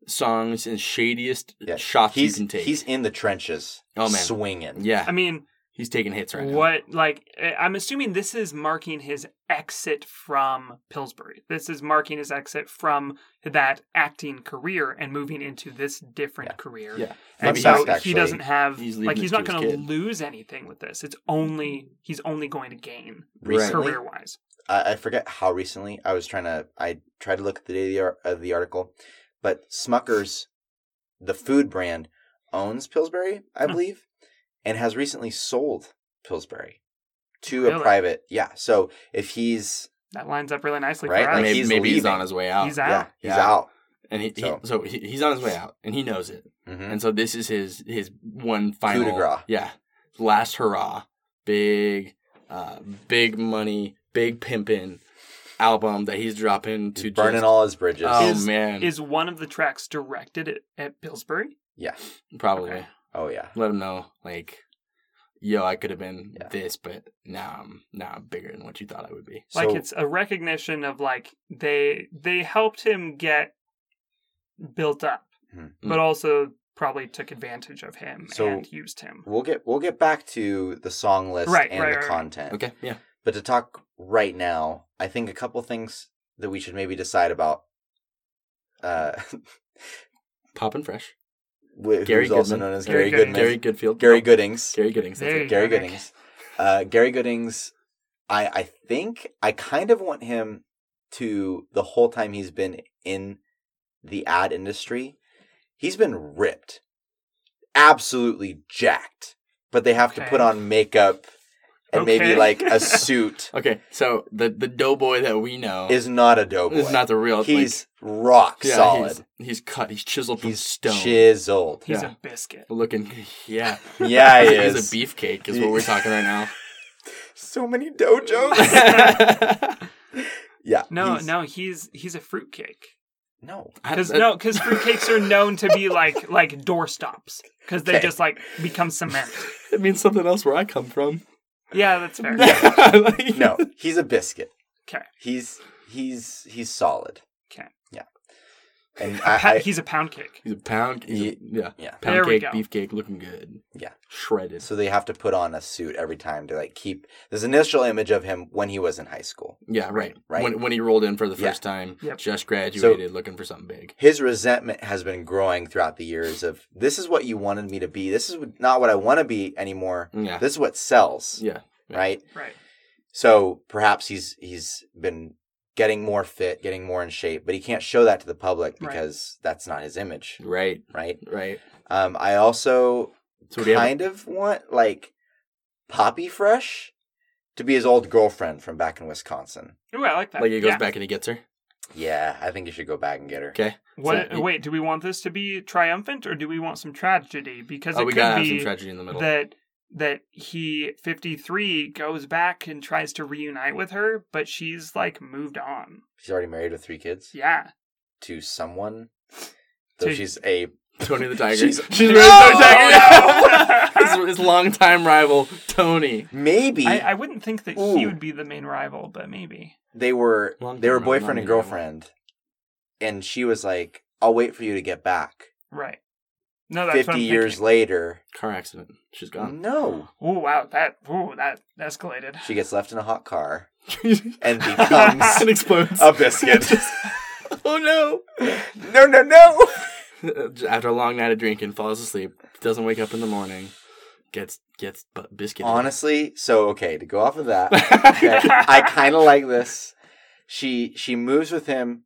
songs and shadiest
Yeah.
shots
He's
you can take.
he's in the trenches.
Oh, man.
swinging.
yeah.
I mean,
he's taking hits right now.
what like I- I'm assuming this is marking his exit from Pillsbury. This is marking his exit from that acting career and moving into this different
Yeah.
career.
Yeah.
Fun
And so
fact, actually,
he doesn't have
he's leaving
like
this
he's
to
not
his
going to
kid.
lose anything with this. It's only he's only going to gain
Right.
Recently,
career wise.
I, I forget how recently I was trying to. I tried to look at the day of the, ar- of the article, but Smucker's, the food brand, owns Pillsbury, I
Hmm.
believe, and has recently sold Pillsbury to a
Really?
private. Yeah. So if he's
That lines up really nicely
Right,
for us.
like,
maybe
he's
maybe he's
leaving.
on his way out.
He's
yeah,
out.
he's
Yeah.
out.
And he,
So-
he so he, he's on his way out and he knows it.
hmm
And so this is his his one final
grace.
Yeah. Last hurrah. Big uh big money, big pimpin album that he's dropping
He's
to
burning
just,
um,
all his bridges.
Oh
Is-
man.
Is one of the tracks directed at, at Pillsbury?
Yeah.
Probably.
Okay.
Oh yeah.
Let them know, like, yo, I could have been
Yeah.
this, but now I'm now I'm bigger than what you thought I would be.
like
So-
it's a recognition of like they they helped him get built up
Mhm.
Hmm.
but also probably took advantage of him
So-
and used him
We'll get we'll get back to the song list
Right,
and
right,
the
right, right.
content.
Okay. Yeah.
But to talk right now, I think a couple things that we should maybe decide about. Uh,
Poppin' fresh.
wh-
Gary
who's also
Goodman.
known as Gary,
Gary Goodman.
Goodman,
Gary Goodfield.
Gary
No,
Goodings,
Gary Goodings. that's
There
it.
you
Gary
go.
Goodings. Uh, Gary Goodings, I I think I kind of want him to the whole time he's been in the ad industry, he's been ripped, absolutely jacked. But they have to
Okay.
put on makeup and maybe
Okay.
like a suit.
Okay, so the the doughboy that we know
Is not a doughboy.
is not the real.
He's rock
like, yeah,
solid.
He's, he's cut. He's chiseled
He's,
from stone.
chiseled.
he's
Yeah.
a biscuit
Looking, yeah,
Yeah, he
he's
is.
a beefcake, is what we're talking right now.
So many dojos.
I
yeah.
no
he's-
no he's he's a fruitcake
no.
because
don't-
no because fruitcakes are known to be like like doorstops because they
Okay.
just like become cement
It means something else where I come from.
yeah that's fair
Like-
No, he's a biscuit.
'Kay.
He's he's he's solid.
'Kay.
Yeah. And
Pa-
I,
he's a pound cake
He's a pound. He's a, yeah.
Yeah.
Pound
There we
cake,
go.
beefcake, looking good.
Yeah. I
Shredded.
so they have to put on a suit every time to like keep this initial image of him when he was in high school.
Yeah, right.
Right.
When, when he rolled in for the
Yeah.
first time,
Yep.
just graduated, looking for something big.
his resentment has been growing throughout the years of this is what you wanted me to be. This is not what I want to be anymore.
Yeah.
This is what sells,
yeah. yeah.
right?
right
So perhaps he's he's been getting more fit, getting more in shape, but he can't show that to the public
Right.
because that's not his image,
Right.
right?
Right.
Um, I also
So do you have?
kind of want like Poppy Fresh to be his old girlfriend from back in Wisconsin.
Ooh, I like that.
Like he goes
Yeah.
back and he gets her.
Yeah, I think you should go back and get her.
Okay.
What?
So-
wait, do we want this to be triumphant or do we want some tragedy? Because
Oh,
it
we
could
gotta have
be
some tragedy in the middle.
that that he fifty three goes back and tries to reunite with her, but she's like moved on.
She's already married with three kids.
Yeah,
to someone. Though
To-
she's a
Tony the Tiger.
She's-
very
No!
his, his longtime rival, Tony.
maybe
I, I wouldn't think that he
Ooh.
would be the main rival, but maybe.
they were
Long
they were
time around,
boyfriend and
long time
girlfriend, and she was like, "I'll wait for you to get back."
Right. No, that's what
Fifty
I'm
years
Thinking.
later,
Car accident. She's gone.
no,
Ooh, wow, that ooh that escalated.
she gets left in a hot car and
it
becomes
explodes.
a biscuit.
oh no.
no, no, no.
after a long night of drinking, falls asleep, doesn't wake up in the morning, gets gets bu- biscuit.
Honestly, so okay to go off of that. okay, I kind of like this. She she moves with him,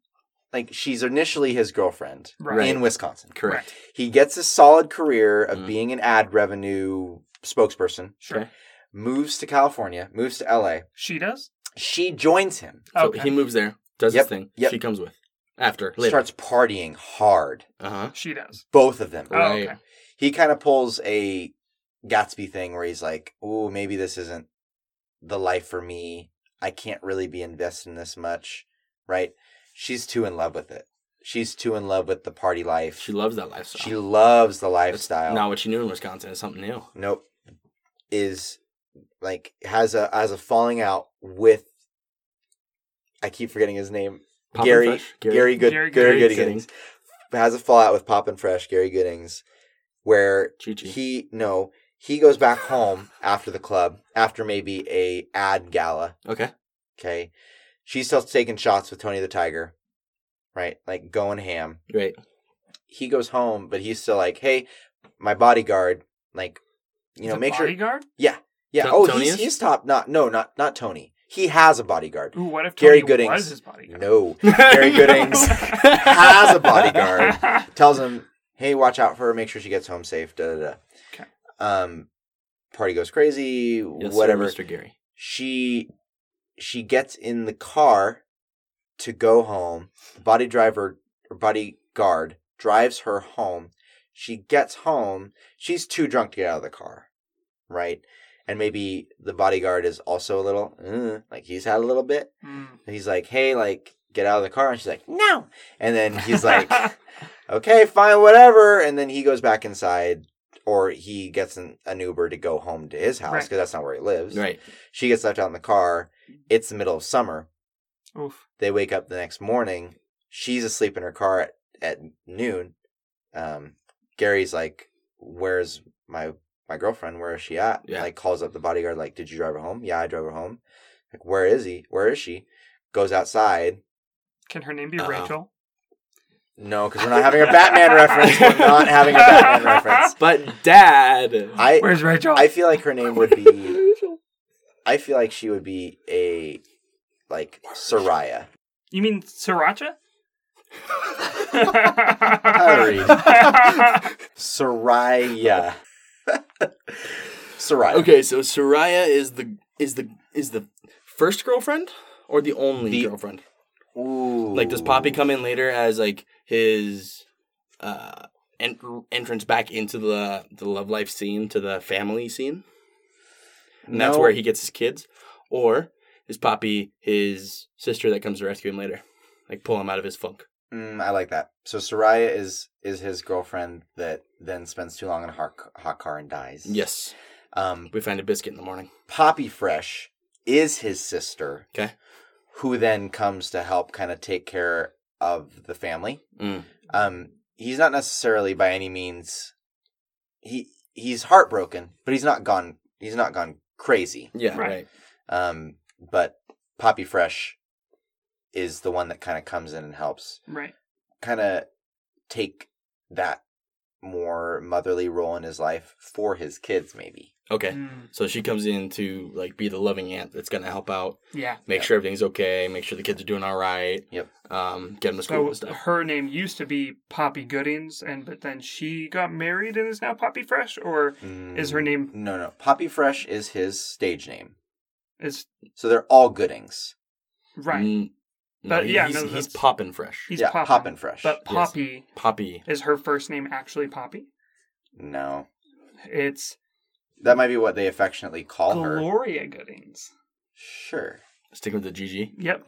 like she's initially his girlfriend
Right.
in Wisconsin.
Correct.
He gets a solid career of
Mhm.
being an ad revenue spokesperson,
Sure.
Okay.
moves to California, moves to LA.
She does.
She joins him,
So
okay.
he moves there, does
Yep,
his thing.
yep.
She comes with after later.
starts partying hard,
Uh huh.
She does.
both of them.
Oh,
Right.
okay.
He kind of pulls a Gatsby thing where he's like, "Oh, maybe this isn't the life for me. I can't really be invested in this much." Right? She's too in love with it. She's too in love with the party life. She,
She loves that lifestyle.
loves the
That's
lifestyle.
Not what she knew in Wisconsin. It's something new.
nope is like has a has a falling out with I keep forgetting his name
Poppin'
Gary,
fresh.
Gary Good
Gary
Gary,
Goodings.
Goodings has a fallout with Pop and Fresh Gary Goodings where
Chi-Chi.
he no he goes back home after the club after maybe a ad gala
okay.
okay she's still taking shots with Tony the Tiger right like going ham
Great.
he goes home but he's still like hey my bodyguard like you know
The
make sure
bodyguard?
yeah.
To-
oh,
Tony
he's,
is?
he's top. Not no, not not Tony. He has a bodyguard.
Ooh, what if
Gary
Tony
Goodings.
was his bodyguard?
No, Gary Goodings has a bodyguard. Tells him, "Hey, watch out for her. Make sure she gets home safe." Da da da.
Okay.
Um, party goes crazy.
Yes, sir,
whatever.
Mr. Gary.
She she gets in the car to go home. The body driver or bodyguard drives her home. She gets home. She's too drunk to get out of the car, right? And maybe the bodyguard is also a little, "Uh," like he's "Uh-huh," had a little bit.
Mm.
He's like, hey, like, get out of the car, and she's like, no. And then he's like, okay, fine, whatever. And then he goes back inside, or he gets an, an Uber to go home to his house
Right.
because that's not where he lives.
Right.
She gets left out in the car. It's the middle of summer.
Oof.
They wake up the next morning. She's asleep in her car at, at noon. Um, Gary's like, "Where's my my girlfriend? Where is she at?"
Yeah.
Like calls up the bodyguard. Like, "Did you drive her home?" Yeah, I drove her home. Like, where is he? Where is she? Goes outside.
Can her name be
um,
Uh-oh.
Rachel?
No, because we're not having a Batman reference. We're not having a Batman reference.
But dad.
I
Where's Rachel?
I feel like her name would be. I feel like she would be a like Soraya.
you mean Sriracha?
Harry. Soraya. Soraya.
okay, so Soraya is the is the is the first girlfriend or the only
The-
girlfriend?
Ooh.
Like, does Poppy come in later as like his uh en- entrance back into the the love life scene to the family scene? and that's
No.
where he gets his kids, or is Poppy his sister that comes to rescue him later, like pull him out of his funk?
Mm, I like that. So Soraya is is his girlfriend that then spends too long in a hot, hot car and dies.
Yes,
Um,
we find a biscuit in the morning.
Poppy Fresh is his sister.
Okay.
Who then comes to help kind of take care of the family.
Mm.
Um, he's not necessarily by any means. He he's heartbroken, but he's not gone. He's not gone crazy.
Yeah, right.
Right.
Um, but Poppy Fresh is the one that kind of comes in and helps,
right.
kind of take that more motherly role in his life for his kids, maybe.
Okay,
Mm,
so she comes in to like be the loving aunt that's gonna help out,
yeah.
make sure everything's okay, make sure the kids are doing all right.
Yep.
Um, get them to school
So uh,
and stuff.
her name used to be Poppy Goodings, and but then she got married and is now Poppy Fresh, or Is her name-
Mm, No, no. Poppy Fresh is his stage name.
is
So they're all Goodings.
right?
Mm, no,
But,
he-
yeah,
he's,
no,
he's
that's-
popping fresh.
He's
yeah,
Poppin',
Poppin' Fresh.
But
Yes.
Poppy
Poppy.
is her first name actually Poppy?
No,
It's
that might be what they affectionately call her.
Gloria Goodings.
Sure.
Sticking with the GG.
Yep.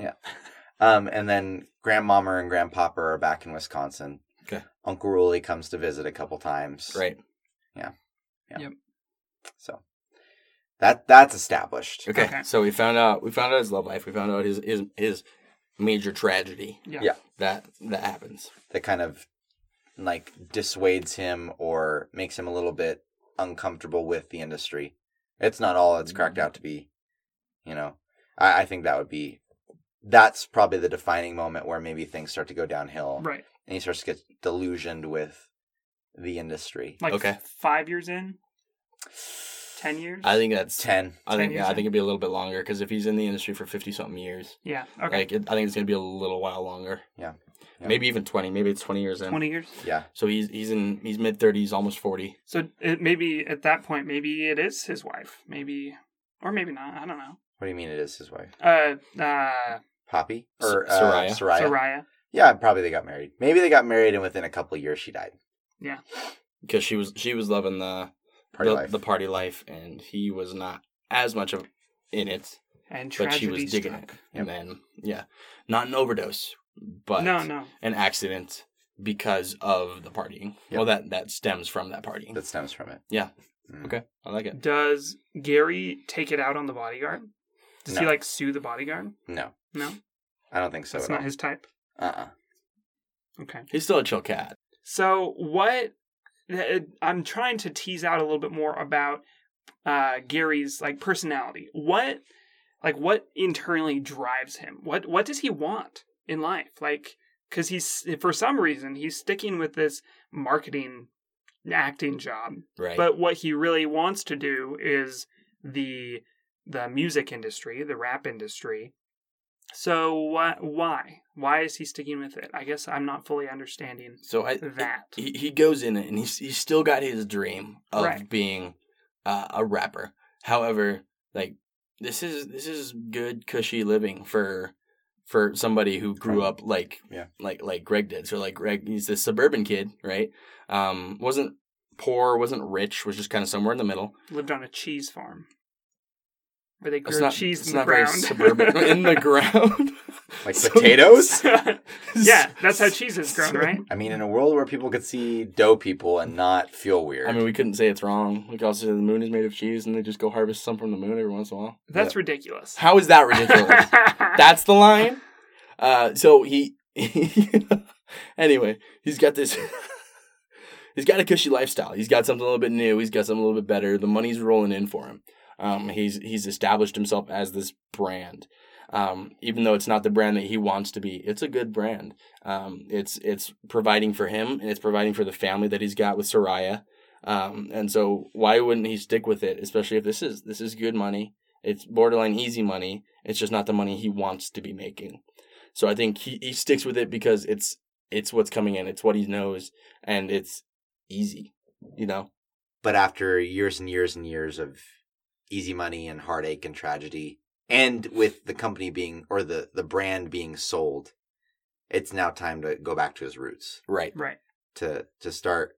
Um, and then Grandmommer and Grandpopper are back in Wisconsin.
Okay.
Uncle Ruley comes to visit a couple times.
Right.
So that that's established.
Okay.
Okay.
So we found out we found out his love life. We found out his his his major tragedy
Yeah.
Yeah.
that that happens.
That kind of like dissuades him or makes him a little bit uncomfortable with the industry. It's not all it's cracked out to be. You know, I, I think that would be that's probably the defining moment where maybe things start to go downhill
Right.
and he starts to get delusioned with the industry.
Like
Okay.
f- five years in, ten years.
I think that's
Ten.
I
Ten
think
years
yeah, I
in.
think it'd be a little bit longer because if he's in the industry for fifty something years,
Yeah. Okay.
like it, I think it's gonna be a little while longer.
Yeah. Yeah.
Maybe even twenty. Maybe it's twenty years in.
Twenty years.
Yeah.
So he's he's in he's mid thirties, almost forty.
So it maybe at that point, maybe it is his wife. Maybe, or maybe not. I don't know.
What do you mean it is his wife?
Uh, uh,
Poppy
S-
or Uh,
Soraya.
Soraya?
Soraya.
Yeah, probably they got married. Maybe they got married, and within a couple of years, she died.
Because she was she was loving the
Party
the,
life.
the party life, and he was not as much of in it,
and
but
tragedy
she was digging
struck.
it. And then yeah, not an overdose, but
No, no.
an accident because of the partying.
Yep.
Well, that that stems from that partying.
that stems from it.
Yeah.
Mm.
okay, I like it.
Does Gary take it out on the bodyguard? Does he
No.
like sue the bodyguard?
No,
No,
I don't think so.
that's
at
not
all.
his type.
Uh-uh.
Okay.
He's still a chill cat.
So what? uh, I'm trying to tease out a little bit more about uh, Gary's like personality. What, like, what internally drives him? What What does he want in life? Like, because he's for some reason he's sticking with this marketing, acting job,
Right.
but what he really wants to do is the the music industry, the rap industry. So what? Why? Why is he sticking with it? I guess I'm not fully understanding
so I
that.
he, he goes in and he's he's still got his dream of
Right.
being uh, a rapper. However, like this is this is good cushy living for for somebody who grew up like
Yeah.
like like Greg did. So like Greg, he's this suburban kid, right? Um, wasn't poor, wasn't rich, was just kind of somewhere in the middle.
Lived on a cheese farm where they
It's
grew
not
cheese
it's
in
not
the ground.
very suburban in the ground.
Like potatoes?
yeah, that's how cheese is grown, right?
I mean, in a world where people could see dough people and not feel weird.
I mean, we couldn't say it's wrong. We could also say the moon is made of cheese, and they just go harvest some from the moon every once in a while.
That's ridiculous.
How is that ridiculous? That's the line. Uh, so he, anyway, he's got this. he's got a cushy lifestyle. He's got something a little bit new. He's got something a little bit better. The money's rolling in for him. Um, he's he's established himself as this brand. Um, even though it's not the brand that he wants to be, it's a good brand. Um, it's it's providing for him and it's providing for the family that he's got with Soraya. Um, and so why wouldn't he stick with it? Especially if this is this is good money. It's borderline easy money. It's just not the money he wants to be making. So I think he, he sticks with it because it's it's what's coming in. It's what he knows, and it's easy. You know,
but after years and years and years of easy money and heartache and tragedy, and with the company being or the, the brand being sold, it's now time to go back to his roots
right?
right.
to to start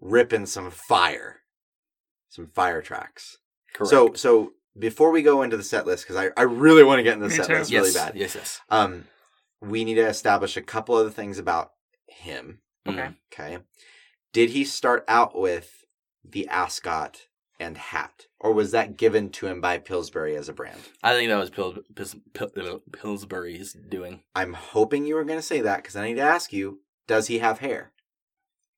ripping some fire, some fire tracks.
Correct.
So so before we go into the set list, because I, I really want to get into the
Me
set
too.
list
yes,
really bad.
Yes, yes.
Um, we need to establish a couple other things about him.
Okay.
Mm.
Okay. Did he start out with the ascot and hat, or was that given to him by Pillsbury as a brand?
I think that was Pil- Pils- Pil- Pillsbury's doing.
I'm hoping you were going to say that because I need to ask you: Does he have hair?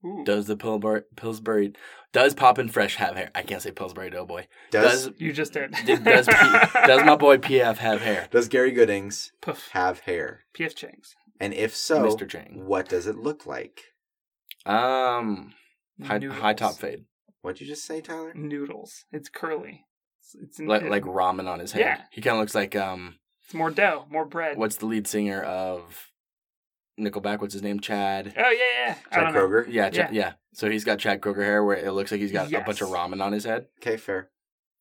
Ooh.
Does the Pillsbury Pillsbury does Poppin' Fresh have hair? I can't say Pillsbury Doughboy. Does
you just did.
did, does P, does my boy PF have hair?
does Gary Goodings
Puff.
have hair?
PF Chang's?
And if so,
Mr. Chang.
what does it look like?
Um, high,
Noodles.
high top fade,
What'd you just say, Tyler?
Noodles. It's curly. It's, it's,
like
it-
like ramen on his head.
Yeah.
He kind of looks like um,
it's more dough, more bread.
what's the lead singer of Nickelback? What's his name? Chad.
Oh yeah, yeah. I
Chad
don't know.
Kroger.
Yeah, Ch- yeah,
Yeah.
So he's got Chad Kroger hair, where it looks like he's got a
Yes.
bunch of ramen on his head.
Okay, fair.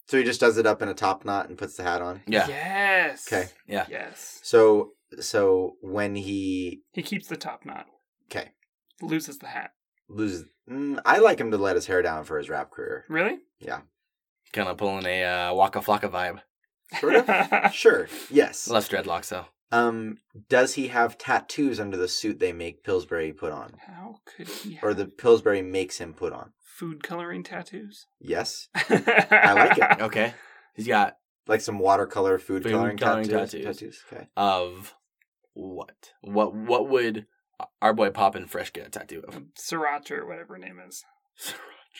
So he just does it up in a top knot and puts the hat on.
Yeah,
Yes.
Okay.
Yeah.
Yes.
So so when he
He keeps the top knot.
Okay.
Loses the hat.
loses, mm, I like him to let his hair down for his rap career.
Really?
kind of pulling a uh, Waka Flocka vibe.
Sort of. sure. Yes.
Less dreadlocks though.
Um. Does he have tattoos under the suit they make Pillsbury put on,
How could he? Have
or the Pillsbury makes him put on?
food coloring tattoos?
Yes.
I
like it.
Okay, he's got
Like some watercolor food,
Food
coloring,
coloring
tattoos.
tattoos.
tattoos. Okay.
of what? What? What would our boy Poppin' Fresh get a tattoo of?
Sriracha or whatever her name is.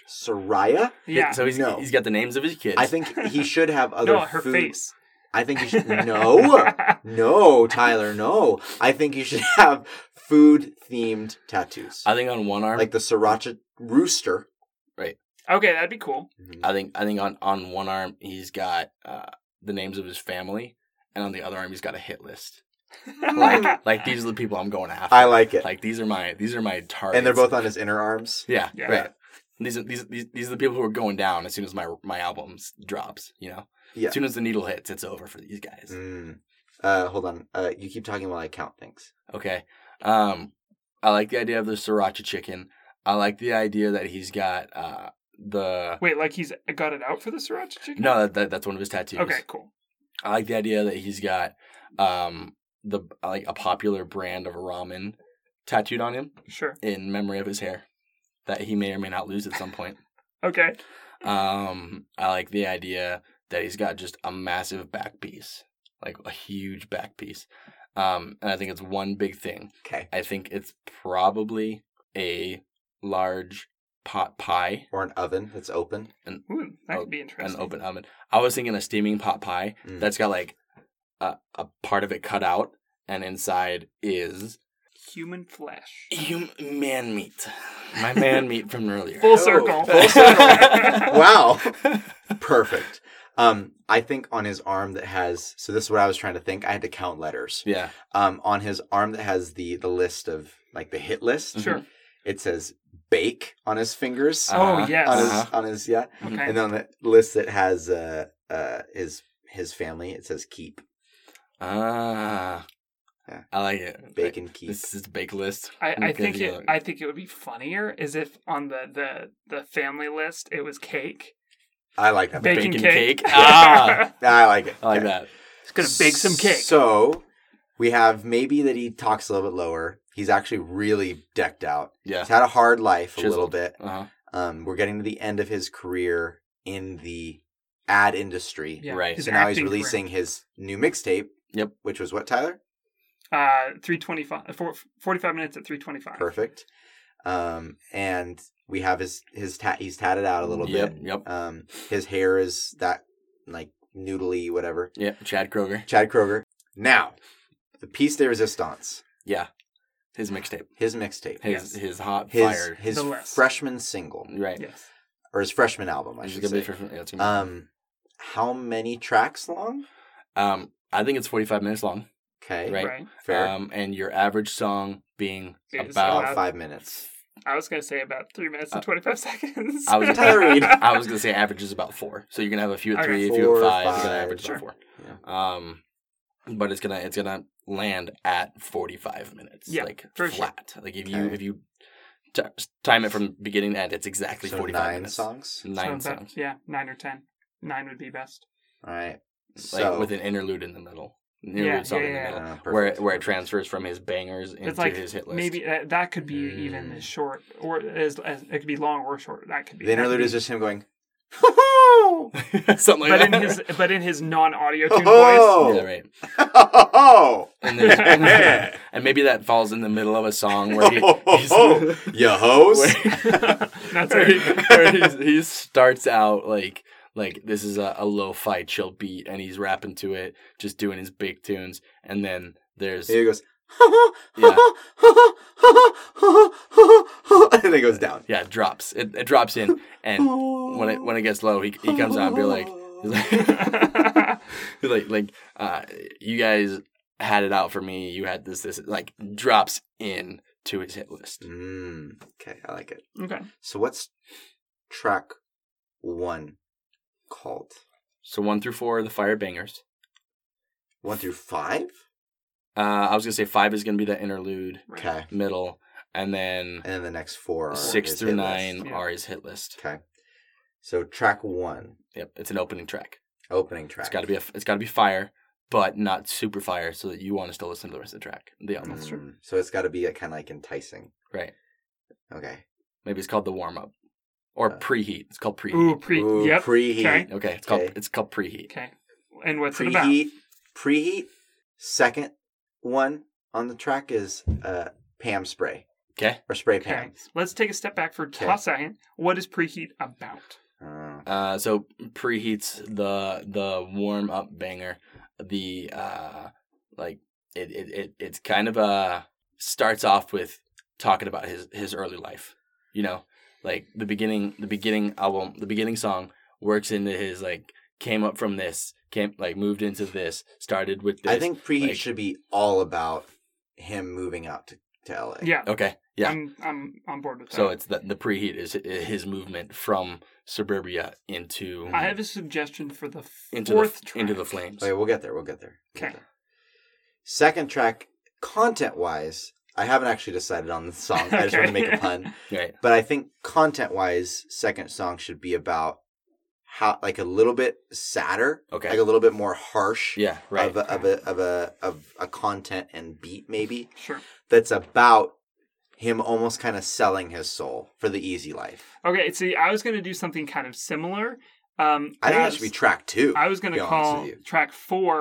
Soraya.
Yeah.
So he's
No.
he's got the names of his kids.
I think he should have other.
no, her
food-
face.
I think he should. No. No, Tyler, no. I think you should have food themed tattoos.
I think on one arm,
Like the sriracha rooster.
okay, that'd be cool.
I think I think on on one arm he's got uh, the names of his family, and on the other arm he's got a hit list. Like like these are the people I'm going after.
I like it.
Like these are my these are my targets.
and they're both on his inner arms.
yeah
Yeah.
right. These are these, these these are the people who are going down as soon as my my album s- drops. You know,
Yeah.
as soon as the needle hits, it's over for these guys.
Mm. Uh, hold on. Uh, you keep talking while I count things.
Okay. Um, I like the idea of the sriracha chicken. I like the idea that he's got uh the
Wait, like he's got it out for the sriracha chicken?
no that, that that's one of his tattoos.
Okay, cool.
I like the idea that he's got um the like a popular brand of ramen tattooed on him
Sure.
in memory of his hair that he may or may not lose at some point.
Okay.
um I like the idea that he's got just a massive back piece, like a huge back piece. Um and I think it's one big thing.
Okay.
I think it's probably a large pot pie,
Or an oven that's open.
Ooh, that
Oh,
could be
an
interesting.
open oven. I was thinking a steaming pot pie
Mm.
that's got like a, a part of it cut out, and inside is
Human flesh.
hum- man meat. My man meat from earlier.
Full circle.
full circle. wow. Perfect. Um, I think on his arm that has, so this is what I was trying to think. I had to count letters.
Yeah.
Um, on his arm that has the, the list of like the hit list.
Sure.
It says bake on his fingers.
Uh-huh.
Oh, yes.
on his
Uh-huh.
on his yeah.
Okay.
And then on the list that has uh uh his his family, it says keep.
Ah.
Yeah.
I like it.
Bacon keep.
This is bake list.
I, I
Because,
think
you
it.
know-
I think it would be funnier is if on the the the family list it was cake.
I like that.
Bacon,
Bacon
cake.
cake? Ah.
I like it.
I like
Okay.
that.
Just gonna bake some cake.
So We have maybe that he talks a little bit lower. He's actually really decked out.
Yeah.
He's had a hard life a little
Chiseled.
bit.
Uh-huh.
Um, we're getting to the end of his career in the ad industry.
Yeah,
Right.
his
So now he's
acting career.
releasing his new mixtape.
Yep.
Which was what, Tyler?
uh 325 four- 45 minutes at 325.
Perfect. Um, and we have his his ta- he's tatted out a little
Yep.
bit.
Yep.
Um, his hair is that like noodly whatever.
Yep. Chad Kroger.
Chad Kroger. Now, the piece de resistance,
Yeah. His mixtape.
his mixtape, his
His his hot
his,
fire.
The less.
freshman single
Right.
Yes.
or his freshman album, I
Which is
should
gonna
say.
be for, yeah, it's gonna
um, how many tracks long?
be- um, I think it's 45 minutes long.
Okay,
Right.
Right.
fair.
Um, and your average song being
It's
about.
About five minutes.
I was going to say about 3 minutes and
Uh,
25 seconds.
I was-
Tyler Reed.
I was gonna say average is about four. So you're gonna have a few at
Okay.
three, a few
Four,
at five. It's gonna
five,
average
sure.
to four. Um, but it's gonna it's gonna land at 45 minutes.
Yeah,
like
for sure.
flat. Like if you
Okay.
if you t- time it from beginning to end, it's exactly
So
45
nine
minutes.
songs.
Nine
Sounds about-
songs.
yeah, 9 or 10. 9 would be best.
All right.
Like
So
with an interlude in the middle. An
Yeah,
Interlude song
yeah,
in the
yeah.
middle.
uh,
Where it,
perfect.
where it transfers from his bangers into
it's like
his hit list.
maybe that, that could be even
Mm.
as short or as, as it could be long or short. That could be.
the
that could
interlude
be-
is just him going.
something
but
like
in
that.
his but in his non-audio tune voice.
Oh.
Yeah, right. And, there's-
Yeah.
and maybe that falls in the middle of a song where he, he's,
Oh.
you hoes.
where,
That's
where he,
it.
where he's- he starts out like like this is a, a lo-fi chill beat, and he's rapping to it, just doing his big tunes, and then there's
Here he goes.
yeah,
and then it goes down.
yeah, it drops. It, it drops in, and when it when it gets low, he he comes out and be like, he's like like like uh you guys had it out for me you had this this like drops in to his hit list
Mm, okay, I like it.
okay.
So what's track one called?
so one through four are the fire bangers
One through five?
uh i was gonna say five is gonna be the interlude
Okay.
middle and then
And then the next four are
six
his
through
hit list.
nine
Yeah.
are his hit list
Okay. So track one,
yep it's an opening track
opening track.
it's gotta be a it's gotta be fire but not super fire so that you want to still listen to the rest of the track the album
That's true.
Mm, So it's gotta be kind of like enticing.
right
Okay.
maybe it's called the warm-up or
Uh,
preheat it's called preheat
Ooh, pre.
Ooh,
yep.
Preheat.
Okay.
okay it's called
Okay.
it's called preheat
Okay. And what's it about?
preheat preheat second one on the track is uh pam spray
okay
or spray
Okay.
pam
Let's take a step back for
Okay.
a second. What is preheat about?
Uh,
Uh, so preheats the the warm up banger. The uh, like it, it it it's kind of uh starts off with talking about his his early life. You know, like the beginning the beginning album the beginning song works into his like came up from this came like moved into this started with this.
i think preheat
like-
should be all about him moving out to, to la
Yeah.
okay yeah.
I'm I'm on board with that.
so it's the the preheat is is his movement from suburbia into
I have a suggestion for the
into
fourth
the
track.
into the flames.
okay we'll get there we'll get there We'll get
Okay.
there. second track content wise i haven't actually decided on the song i just want to make a
Okay.
pun
Right.
but i think content wise second song should be about how like a little bit sadder
Okay.
like a little bit more harsh
Yeah. Right.
of, a, of a of a of a content and beat maybe
Sure.
that's about him almost kind of selling his soul for the easy life.
Okay. See, I was going to do something kind of similar. Um,
I think that
that's-
should be track two.
I was going
be
to
honest
call
with you.
track four,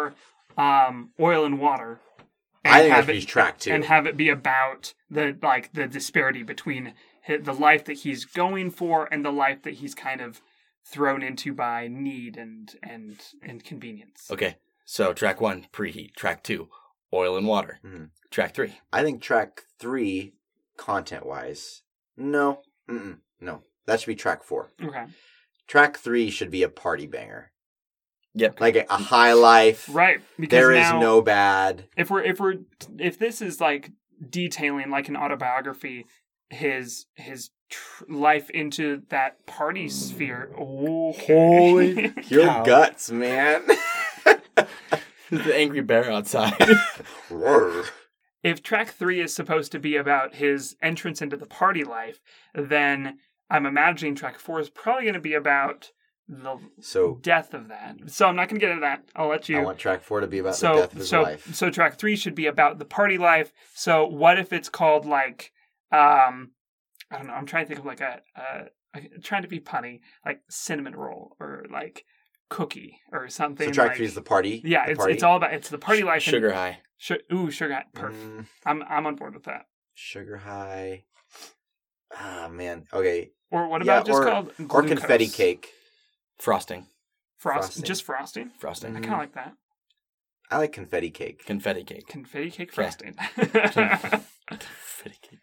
um, oil and water.
I think that
have
should be
it-
track two.
and have it be about the like the disparity between hi- the life that he's going for and the life that he's kind of thrown into by need and and and convenience.
Okay. So track one, preheat. Track two, oil and water.
Mhm.
Track three.
I think track three, content wise, no, mm-mm, no, that should be track four.
Okay.
Track three should be a party banger,
Yep.
like a, a high life.
Right. Because
There is
now,
no bad.
if we're if we're if this is like detailing like an autobiography his his tr- life into that party sphere okay.
Holy
Your
cow.
guts, man.
the angry bear outside.
Roar.
if track three is supposed to be about his entrance into the party life, then I'm imagining track four is probably going to be about the
So
death of that. So I'm not going to get into that. I'll let you.
I want track four to be about
so
the death of his
so
wife.
so track three should be about the party life. So what if it's called like um I don't know. I'm trying to think of like a uh I'm trying to be punny like cinnamon roll or like cookie or something.
So track
like-
three is the party.
yeah.
the
it's
party.
it's all about it's the party life. and-
Sugar high.
Su- ooh sugar high. Perf.
Mm,
I'm I'm on board with that.
sugar high. Ah man. Okay.
Or what
Yeah,
about just
or-
called
Or
glucose?
confetti cake.
Frosting.
Frost,
Frosting. Mm-hmm.
just frosting. I
Frosting.
kind of like that
I like confetti cake.
Confetti cake.
confetti cake
Yeah.
frosting.
Mm.
Confetti cake.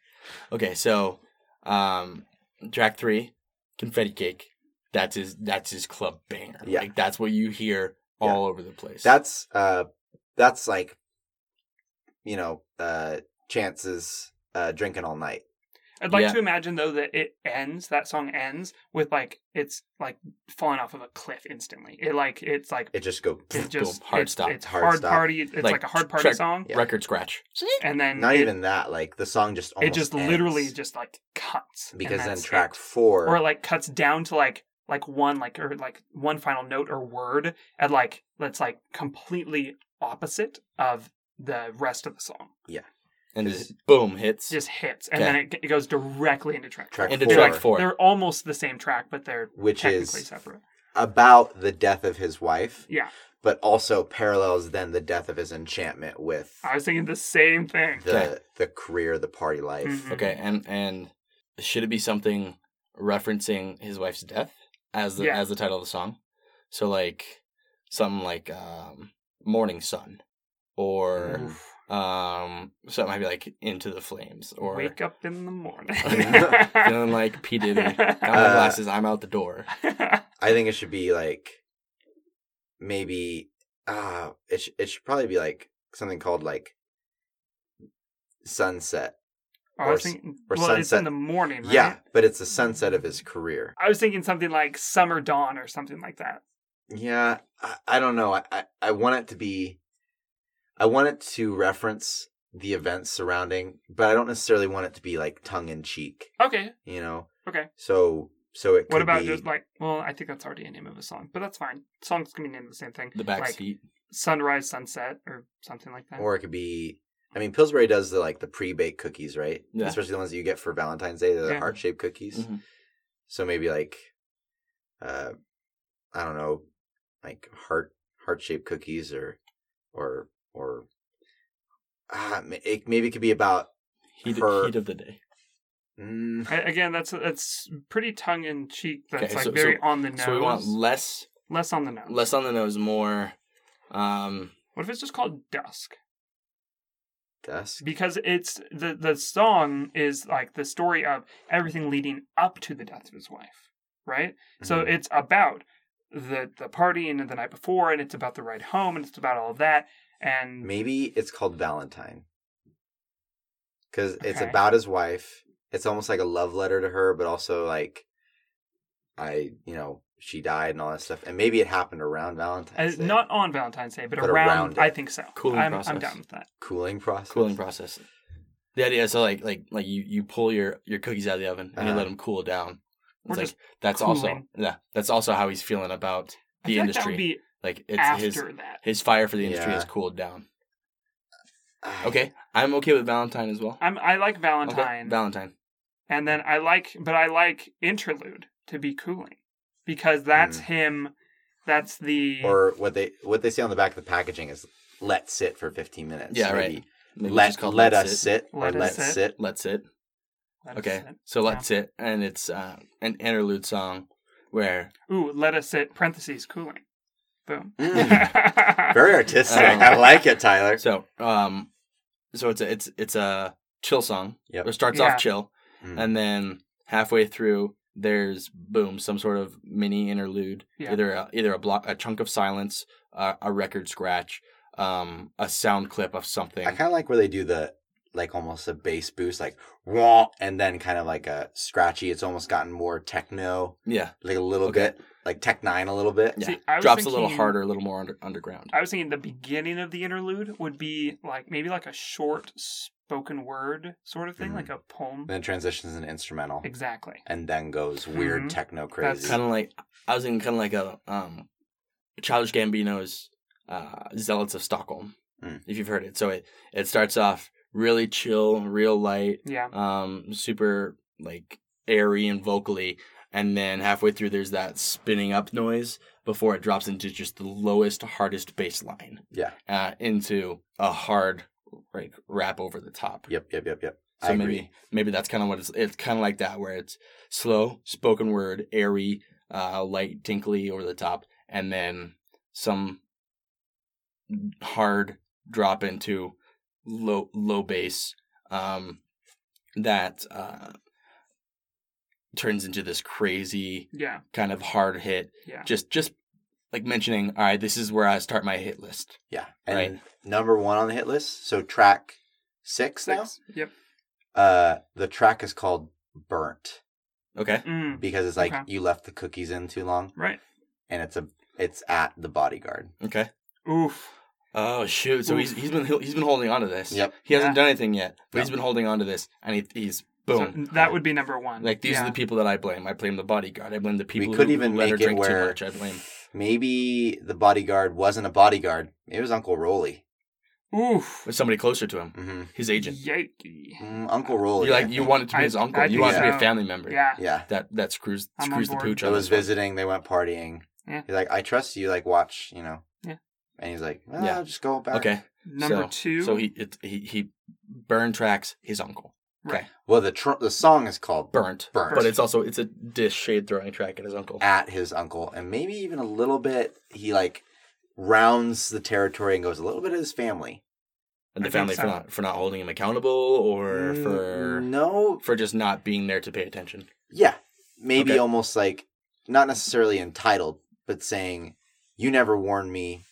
Okay, so um track three, confetti cake. That's his that's his club banger.
Yeah.
Like that's what you hear all over the place.
That's uh that's like you know, uh chances uh drinking all night.
I'd like
Yeah.
to imagine though that it ends, that song ends with like it's like falling off of a cliff instantly. It like it's like
It just go
it just
hard
it's,
stop.
It's hard,
Hard stop.
party. It's like,
Like,
a hard party
track-
song,
yeah.
record scratch.
and then
not
it,
even that, like the song just
It
almost
just
ends.
literally just like cuts and
because then
that's
track
it.
four
or it like cuts down to like like one like or like one final note or word and like that's like completely opposite of the rest of the song.
And just boom hits.
It just hits and then it, it goes directly into track.
Track
into
four.
track four.
They're almost the same track, but they're
which
technically
is
separate.
about the death of his wife,
Yeah.
but also parallels then the death of his enchantment with
I was thinking the same thing.
the
Okay.
the career, the party life.
Mhm.
Okay, and and should it be something referencing his wife's death as the
Yeah.
as the title of the song? So like something like um Morning Sun or
Oof.
um something might be like Into the Flames or
Wake up in the morning.
feeling like P. Diddy. Got my
Uh,
glasses, I'm out the door.
I think it should be like maybe uh it sh- it should probably be like something called like sunset.
I was
Or s-
thinking,
or
well, it's
sunset.
in the morning, right? Mm.
Yeah, but it's the sunset of his career.
I was thinking something like summer dawn or something like that.
Yeah, I, I don't know. I, I I want it to be I want it to reference the events surrounding, but I don't necessarily want it to be like tongue in cheek,
Okay.
you know.
Okay.
So so it could
What about
be
just like, well, I think that's already a name of a song, but that's fine. Songs can be named the same thing.
The back
like
seat.
sunrise, sunset, or something like that.
or it could be I mean Pillsbury does the like the pre-baked cookies, right?
Yeah.
Especially the ones that you get for Valentine's Day, they're the
Yeah. Mm-hmm.
heart-shaped cookies.
Mhm.
So maybe like uh I don't know, like heart heart-shaped cookies or or or uh, it maybe it could be about
Heat,
Her-
heat of the day.
mm,
I, again, that's that's pretty tongue in cheek. That's
Okay,
like
so-
very
so-
on the nose.
So we want less
less on the nose.
less on the nose, more um
What if it's just called dusk?
dusk.
because it's the the song is like the story of everything leading up to the death of his wife, right? So
Mm-hmm.
Mhm.
it's about the the party and the night before, and it's about the ride home, and it's about all of that, and
Maybe it's called Valentine. Because it's
Okay.
about his wife. It's almost like a love letter to her, but also like, I, you know, she died and all that stuff. And maybe it happened around
uh,
Valentine's Day.
not on Valentine's Day, but,
But
around.
around it.
I think so.
Cooling
I'm I'm
process.
down with that.
cooling process.
cooling process. The idea is so like like like you you pull your your cookies out of the oven and you
Uh-huh.
let them cool down.
We're
It's like
just
that's also
cooling.
yeah that's also how he's feeling about
I
the
feel like
industry.
that would be
like it's
after
his
that.
his fire for the industry
Yeah.
has cooled down.
Ah,
Okay, I'm okay with Valentine as well.
I'm I like
Okay,
Valentine,
Valentine.
and then I like, but I like interlude to be cooling because that's
Mm.
him. That's the
Or what they what they say on the back of the packaging is let sit for 15 minutes.
Yeah, right.
Maybe
Maybe it's
Let,
called
let
Let's
us sit,
Let
or
us
let
sit.
sit.
Let's sit.
Let us
Okay,
sit.
so
Yeah.
let's sit, and it's uh, an interlude song where
Ooh, let us sit. Parentheses cooling. Boom.
Very artistic.
Um,
I like it, Tyler.
so um so it's a it's it's a chill song.
Yep.
It starts
Yeah.
off chill,
Mm.
and then halfway through there's boom some sort of mini interlude
Yeah.
either a, either a block a chunk of silence uh, a record scratch um a sound clip of something
I kind of like where they do the like almost a bass boost, like wah, and then kind of like a scratchy. It's almost gotten more techno,
Yeah.
like a little
Okay.
bit, like Tech Nine a little bit.
Yeah.
See, I was
Drops a little
thinking-
harder, a little more under, underground.
I was thinking the beginning of the interlude would be like maybe like a short spoken word sort of thing,
Mm.
Mhm.
like a poem.
Then transitions into instrumental,
Exactly.
and then goes
Mm-hmm.
weird
Mhm.
techno
That's-
crazy.
Kind of like I was thinking, kind of like a um, Childish Gambino's uh, "Zealots of Stockholm,"
Mm.
if you've heard it. So it it starts off really chill, real light,
Yeah.
um, super like airy and vocally, and then halfway through there's that spinning up noise before it drops into just the lowest, hardest bass line,
yeah.
uh, into a hard like rap over the top.
Yep. Yep. Yep. Yep.
So
I agree.
maybe maybe that's kind of what it's it's kind of like that where it's slow, spoken word, airy, uh, light, tinkly over the top, and then some hard drop into low low bass um, that uh, turns into this crazy
Yeah.
kind of hard hit.
Yeah.
Just just like mentioning, all right, this is where I start my hit list.
Yeah. And
right.
number one on the hit list. So track six,
Six. Yep.
now. Uh, the track is called "Burnt"
Okay.
Mm.
because it's like
Okay.
you left the cookies in too long,
Right.
and it's a it's at the bodyguard.
Okay.
Oof.
Oh shoot! So he's
Oof.
he's been he's been holding on to this.
Yep.
He hasn't
Yeah.
done anything yet, but
No.
he's been holding on to this, and he, he's boom.
So that would be number one.
like these
yeah.
are the people that I blame. I blame the bodyguard. I blame the people
we could
who
even
let
make
her
it
drink
where
too much. I blame.
maybe the bodyguard wasn't a bodyguard. It was Uncle Rolly.
Oof.
But somebody closer to him,
hmm
his agent.
Yikey.
Mm, Uncle Rolly.
you
I
like you
think.
want it to be
I-
his uncle.
I
you
think
want it to be
so.
a family member.
Yeah.
Yeah.
That that screws
I'm on
screws the
board.
pooch
It
on
was
this one.
visiting. They went partying.
Yeah.
He's like, I trust you. Like, watch. You know.
Yeah.
And he's like, well,
Yeah.
I'll just go back.
Okay.
Number
so,
two.
So he it, he he burn tracks his uncle.
Right.
Well, the tr- the song is called
Burnt.
Burnt.
But it's also it's a dish shade throwing track at his uncle.
at his uncle, and maybe even a little bit. He like rounds the territory and goes a little bit of his family.
and the
I think
family
so.
for not for not holding him accountable or
Mm,
for
no,
for just not being there to pay attention.
yeah, maybe
Okay.
almost like not necessarily entitled, but saying you never warned me,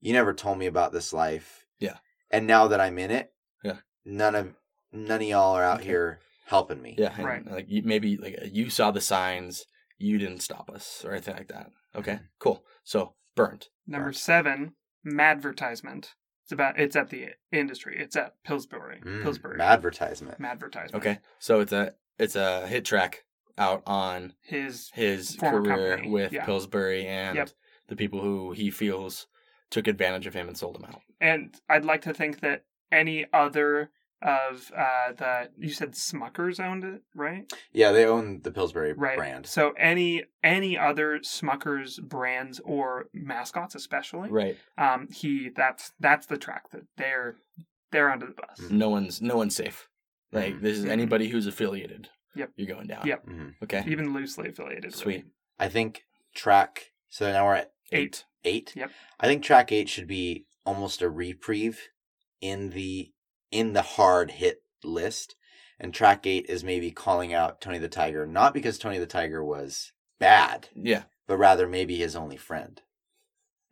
you never told me about this life.
Yeah.
and now that I'm in it,
Yeah.
none of none of y'all are out
Okay.
here helping me.
Yeah, and,
Right.
Like you, maybe like you saw the signs, you didn't stop us or anything like that.
Mm-hmm.
Okay, cool. So burnt.
number seven. Madvertisement. It's about. It's at the industry. It's at Pillsbury.
Mm,
Pillsbury.
advertisement.
Madvertisement.
Okay, so it's a it's a hit track out on
His.
his
Former
career
company,
with
yeah.
Pillsbury and
Yep.
the people who he feels took advantage of him and sold him out.
and I'd like to think that any other of uh the you said Smuckers owned it, right?
Yeah, they own the Pillsbury
Right.
brand.
So any any other Smuckers brands or mascots, especially,
Right.
um, he that's that's the track that they're they're under the bus.
Mhm.
No one's no one's safe. Like
Mhm.
this is
Mhm.
anybody who's affiliated.
Yep.
You're going down.
Yep.
Mhm.
Okay.
Even loosely affiliated. really.
Sweet.
I think track. So now we're at
Eight.
eight.
Yep.
I think track eight should be almost a reprieve in the in the hard hit list. And track eight is maybe calling out Tony the Tiger, not because Tony the Tiger was bad,
Yeah.
but rather maybe his only friend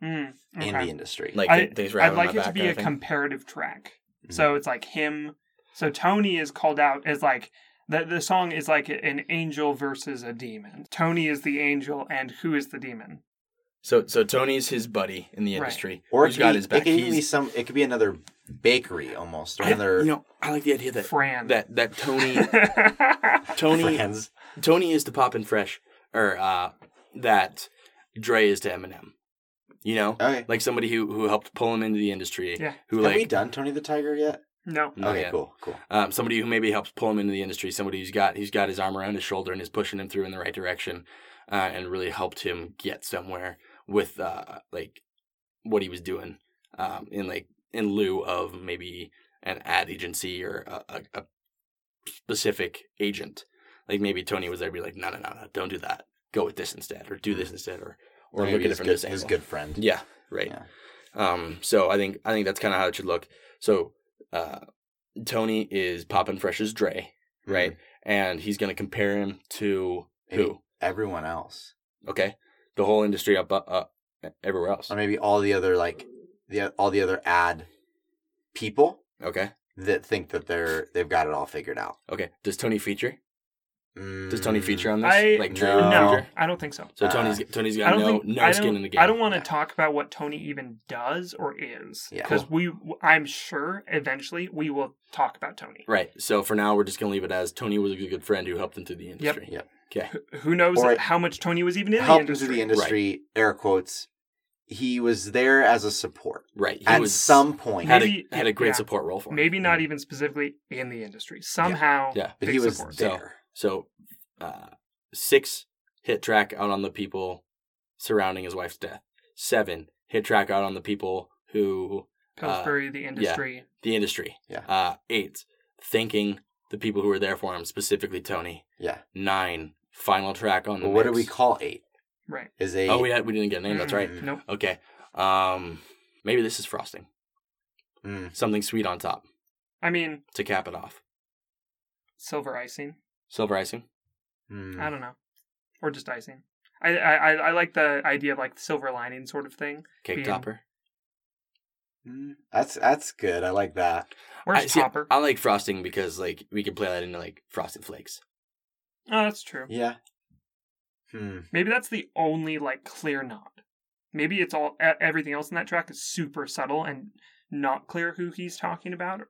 Mm, okay.
in the industry.
Like
I-
things were
I'd
having my
like it
back
to be
kinda
a
thing. Mm-hmm.
comparative track.
Mhm.
So it's like him. So Tony is called out as like the the song is like an angel versus a demon. Tony is the angel, and who is the demon?
So so Tony's his buddy in the
Right.
industry.
or it
who's
could,
got
be,
his back.
it could even be
He's-
some. It could be another bakery almost, or
I-
another
you know, I like the idea that
Fran.
that that Tony Tony
friends.
Tony is to Poppin' Fresh or uh that Dre is to Eminem. You know?
Okay,
Like somebody who who helped pull him into the industry.
Yeah.
Who
have we
like Oh,
done Tony the Tiger yet?
no.
not
okay,
yet.
cool, cool.
Um, somebody who maybe helps pull him into the industry, somebody who's got who's got his arm around his shoulder and is pushing him through in the right direction, uh, and really helped him get somewhere with uh, like what he was doing, um, in like in lieu of maybe an ad agency or a, a, a specific agent. Like maybe Tony was there, to be like, no, no, no, no, don't do that. Go with this instead, or do this
Hmm.
instead, or or
Maybe
look at it
his
from
good,
this angle.
his good friend.
Yeah, right.
Yeah.
Um, so I think I think that's kind of how it should look. So uh, Tony is popping fresh as Dre, right? And he's gonna compare him to
Maybe
who?
Everyone else.
Okay, the whole industry up, up, up everywhere else.
or maybe all the other like the all the other ad people
Okay,
that think that they're they've got it all figured out.
Okay. Does Tony feature? Does
Mm,
Tony feature on this?
I-
like
no.
Drew
Uh,
no,
feature?
I don't think so.
So
uh,
Tony's Tony's
I
got
don't
no
think
no
I
skin
don't-
in the game.
I don't want to talk about what Tony even does or is
Yeah.
because we I'm sure eventually we will talk about Tony.
Right. So for now, we're just gonna leave it as Tony was a good friend who helped him through the industry.
Yep.
Okay.
Who knows
Or-
how much Tony was even in the
helped into
industry?
the industry. Air quotes. He was there as a support
Right. He
at
was-
some point,
had
Maybe-
a had a great
yeah.
support role for him.
Maybe not even specifically in the industry. Somehow,
Mm. Yeah.
but
big
he was
support.
there.
So, uh, six hit track out on the people surrounding his wife's death. Seven hit track out on the people who
Pillsbury, the industry.
the industry.
Yeah.
Uh, eight thanking the people who were there for him, specifically Tony.
yeah.
Nine final track on the.
Well, what do
mix.
we call eight?
Right.
Is a
Oh, we had, we didn't get a name. That's right.
Mm.
Nope.
Okay. Um, maybe this is frosting.
Mm.
Something sweet on top
I mean,
to cap it off.
silver icing.
Silver icing.
Mm.
I don't know, or just icing. I, I I I like the idea of like silver lining sort of thing.
Cake
Bean.
topper.
Mm. That's that's good. I like that.
Where's
I- see,
Topper?
I like frosting because like we can play that into like frosted flakes.
oh, that's true.
Yeah. Hmm.
Maybe that's the only like clear nod. Maybe it's all e- everything else in that track is super subtle and not clear who he's talking about,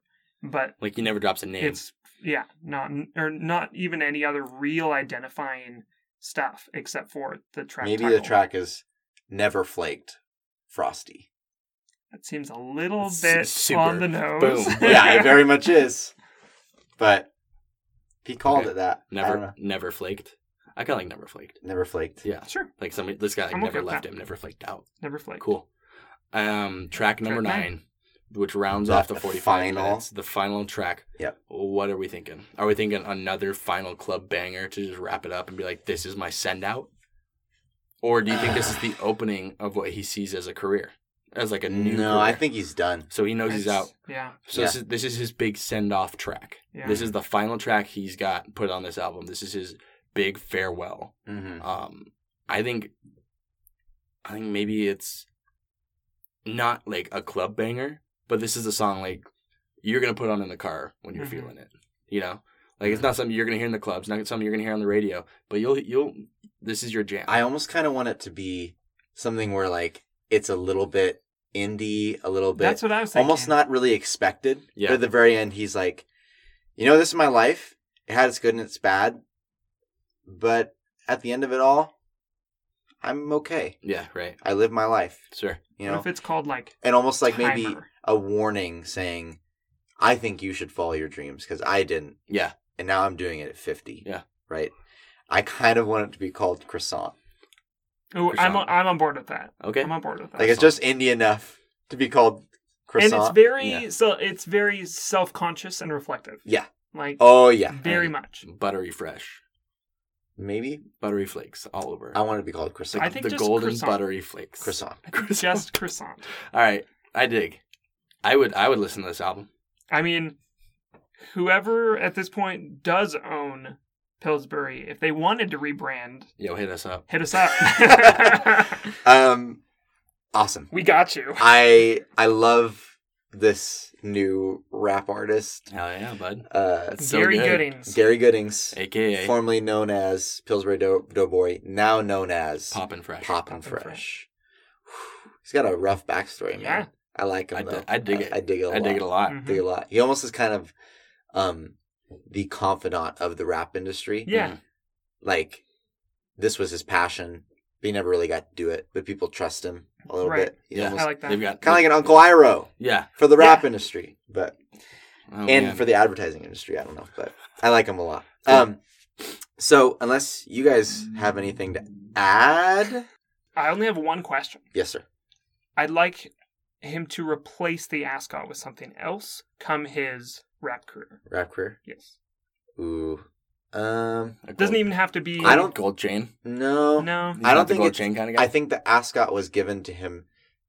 but
Like he never drops a name.
it's yeah, not or not even any other real identifying stuff except for the track.
Maybe the
title.
track is never flaked, frosty.
That seems a little
It's
bit
super.
on the nose.
Boom.
yeah, it very much is. But if he called
Okay.
it that. I don't know.
never never flaked. I kind of like never flaked.
Never flaked.
Yeah,
sure.
like somebody this guy like,
I'm okay
never
with
left
that.
him, never flaked out.
Never flaked.
Cool. Um, track number
Track
nine,
nine.
which rounds
The
off the forty-five
final.
minutes, the final track.
Yep.
What are we thinking? Are we thinking another final club banger to just wrap it up and be like, "This is my send out," or do you think this is the opening of what he sees as a career, as like a new?
No, I
career?
think he's done.
so. He knows he's
It's-
out.
Yeah.
So this is this is his big send off track.
Yeah.
This is the final track he's got put on this album. This is his big farewell.
Mm-hmm.
Um, I think, I think maybe it's not like a club banger, but this is a song like you're gonna put on in the car when you're
Mhm.
feeling it. You know, like
Mm-hmm.
it's not something you're gonna hear in the clubs, not something you're gonna hear on the radio, but you'll you'll this is your jam.
I almost kind of want it to be something where like it's a little bit indie, a little bit
That's what I was thinking.
almost not really expected.
Yeah.
But at the very end, he's like, "You know, this is my life. It had its good and its bad, but at the end of it all, I'm okay.
yeah, right.
I live my life.
Sure.
You
What
know,
if it's called like
and almost like maybe
Timer?
a warning saying, "I think you should follow your dreams because I didn't,
Yeah.
and now I'm doing it at 50."
Yeah.
right. I kind of want it to be called croissant.
Ooh, I'm on,
croissant.
I'm on board with that.
Okay.
I'm on board with that.
like it's just indie enough to be called
and
croissant.
it's very
Yeah.
so it's very self conscious and reflective.
Yeah.
Like
Oh yeah,
very
Mm.
much.
Buttery fresh,
maybe
buttery flakes all over.
I want it to be called croissant.
I think
the
just
golden
croissant.
buttery flakes.
croissant.
Just croissant.
All right, I dig. I would I would listen to this album.
I mean, whoever at this point does own Pillsbury, if they wanted to rebrand,
Yo, hit us up.
hit us up.
Um, awesome.
we got you.
I I love this new rap artist,
Hell yeah, bud.
uh,
That's so
Gary
good.
Goodings.
Gary Goodings,
AKA
formerly known as Pillsbury Dough Doughboy, now known as Pop,
Poppin' Fresh.
and
Poppin'
Fresh. He's got a rough backstory, man.
Yeah.
I like him
I,
though.
di- I dig it.
I,
I,
dig it. I
dig it a lot. Mm-hmm.
Mhm.
dig it a lot. He almost is kind of um the confidant of the rap industry.
Mm-hmm.
Yeah.
Like this was his passion, but he never really got to do it. But people trust him a little
Right.
bit.
Yeah.
I like that.
They've got
kind of like an Uncle Iro
Yeah.
for the
Yeah.
rap industry, but
Oh,
and
man.
for the advertising industry, I don't know, but I like him a lot. Um, so unless you guys have anything to add,
I only have one question.
yes, sir.
I'd like him to replace the ascot with something else come his rap career.
Rap career.
Yes.
Ooh. Um.
A gold-
Doesn't even Mm-hmm. have to be
I don't-
gold chain.
No.
No.
He's
I don't
not the
think
gold
it's-
chain kind of guy.
I think the ascot was given to him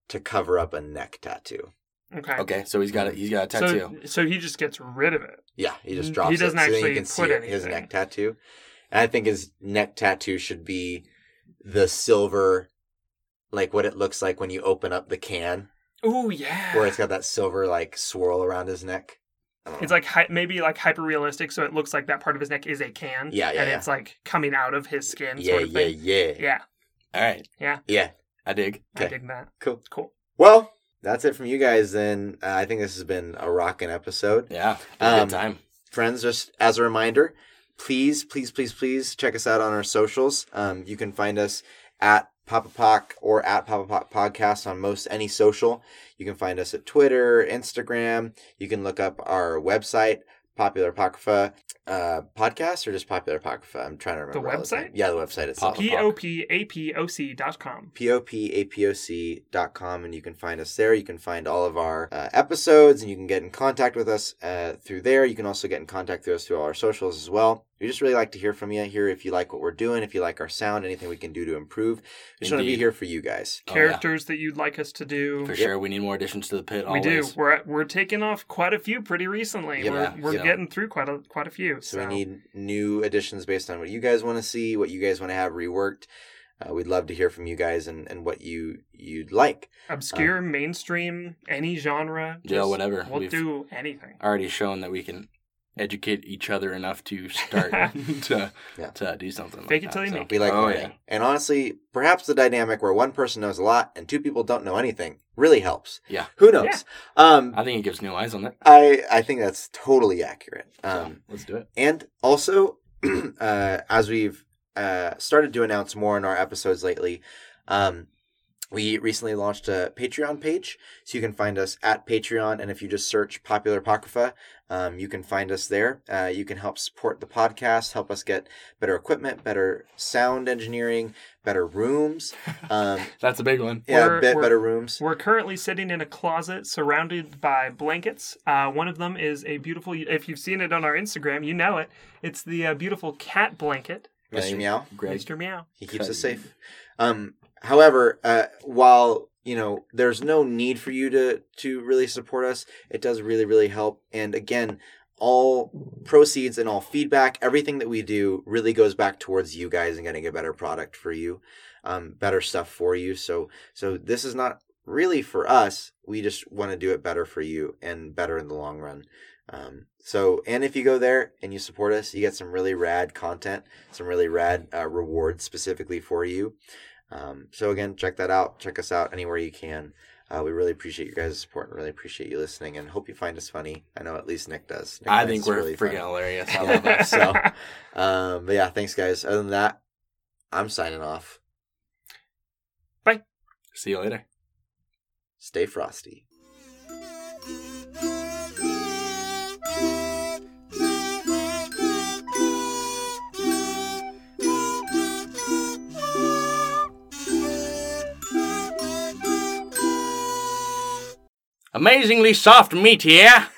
to cover up a neck tattoo.
Okay.
okay, so he's got a he's got a tattoo.
So, so he just gets rid of it.
Yeah, he just
He
drops it.
doesn't
so then
actually
you can see
put
it, his
anything.
neck tattoo. And I think his neck tattoo should be the silver, like what it looks like when you open up the can,
Oh yeah.
where it's got that silver like swirl around his neck.
It's like hy- maybe like hyper realistic, so it looks like that part of his neck is a can.
Yeah, yeah,
And
yeah.
it's like coming out of his skin.
yeah,
sort of
yeah,
thing.
yeah,
yeah,
yeah.
All right, I dig.
I
Okay.
dig that.
Cool.
Cool.
Well, that's it from you guys. Then uh, I think this has been a rocking episode.
Yeah,
Um,
good time.
friends just as a reminder please please please please check us out on our socials um, you can find us at papa pock or at papa pock podcast on most any social you can find us at twitter instagram you can look up our website popular apocrypha uh, podcast or just popular apocrypha i'm trying to
The
remember all
website?
time. yeah the website itself
Pop-
P O P A P O C dot
Oh,
com.
popapoc.com and you can find us there. You can find all of our uh, episodes and you can get in contact with us uh, through there. You can also get in contact through us through all our socials as well. We just really like to hear from you, hear if you like what we're doing, if you like our sound, anything we can do to improve. We just want to be
Indeed.
here for you guys.
Oh, yeah.
Characters that you'd like us to do.
For sure, we need more additions to the pit.
we
Always.
do. We're at- we're taking off quite a few pretty recently.
Yeah,
we're
yeah.
we're
Yeah.
getting through quite a quite a few.
So,
So,
we need new additions based on what you guys want to see, what you guys want to have reworked. Uh, we'd love to hear from you guys and, and what you you'd like.
obscure, mainstream, any genre.
Yeah,
just-
whatever.
We'll
We've-
do anything.
Already shown that we can educate each other enough to start to,
Yeah.
to do something. like
Fake it
that,
till you
so.
make
We like
Oh,
learning.
yeah.
And honestly, perhaps the dynamic where one person knows a lot and two people don't know anything really helps.
Yeah.
Who knows? Um,
I think it gives new eyes on it.
I I think that's totally accurate.
So,
Um,
let's do it.
and also, uh, as we've uh, started to announce more in our episodes lately, um, we recently launched a Patreon page, so you can find us at Patreon, and if you just search "Popular Apocrypha," um, you can find us there. Uh, you can help support the podcast, help us get better equipment, better sound engineering, better rooms, um,
That's a big one.
yeah,
We're-
bit
we're-
better rooms.
We're currently sitting in a closet surrounded by blankets. Uh, one of them is a beautiful. If you've seen it on our Instagram, you know it. It's the uh, beautiful cat blanket,
Mr. Meow.
Greg.
Mr. Meow.
He keeps us
Cutting.
safe. Um, however, uh, while you know there's no need for you to to really support us, it does really really help. And again, all proceeds and all feedback, everything that we do, really goes back towards you guys and getting a better product for you, um, better stuff for you. So so this is not really for us. We just want to do it better for you and better in the long run. Um, so, and if you go there and you support us, you get some really rad content, some really rad uh, rewards specifically for you. Um, so again, check that out. Check us out anywhere you can. Uh, we really appreciate you guys' support and really appreciate you listening and hope you find us funny. I know at least Nick does. Nick
I
finds
think
us
we're
really
freaking
funny.
hilarious. I love
Yeah.
us.
So, Um, but yeah, thanks guys. Other than that, I'm signing off.
See you later.
Stay frosty.
Amazingly soft meat here.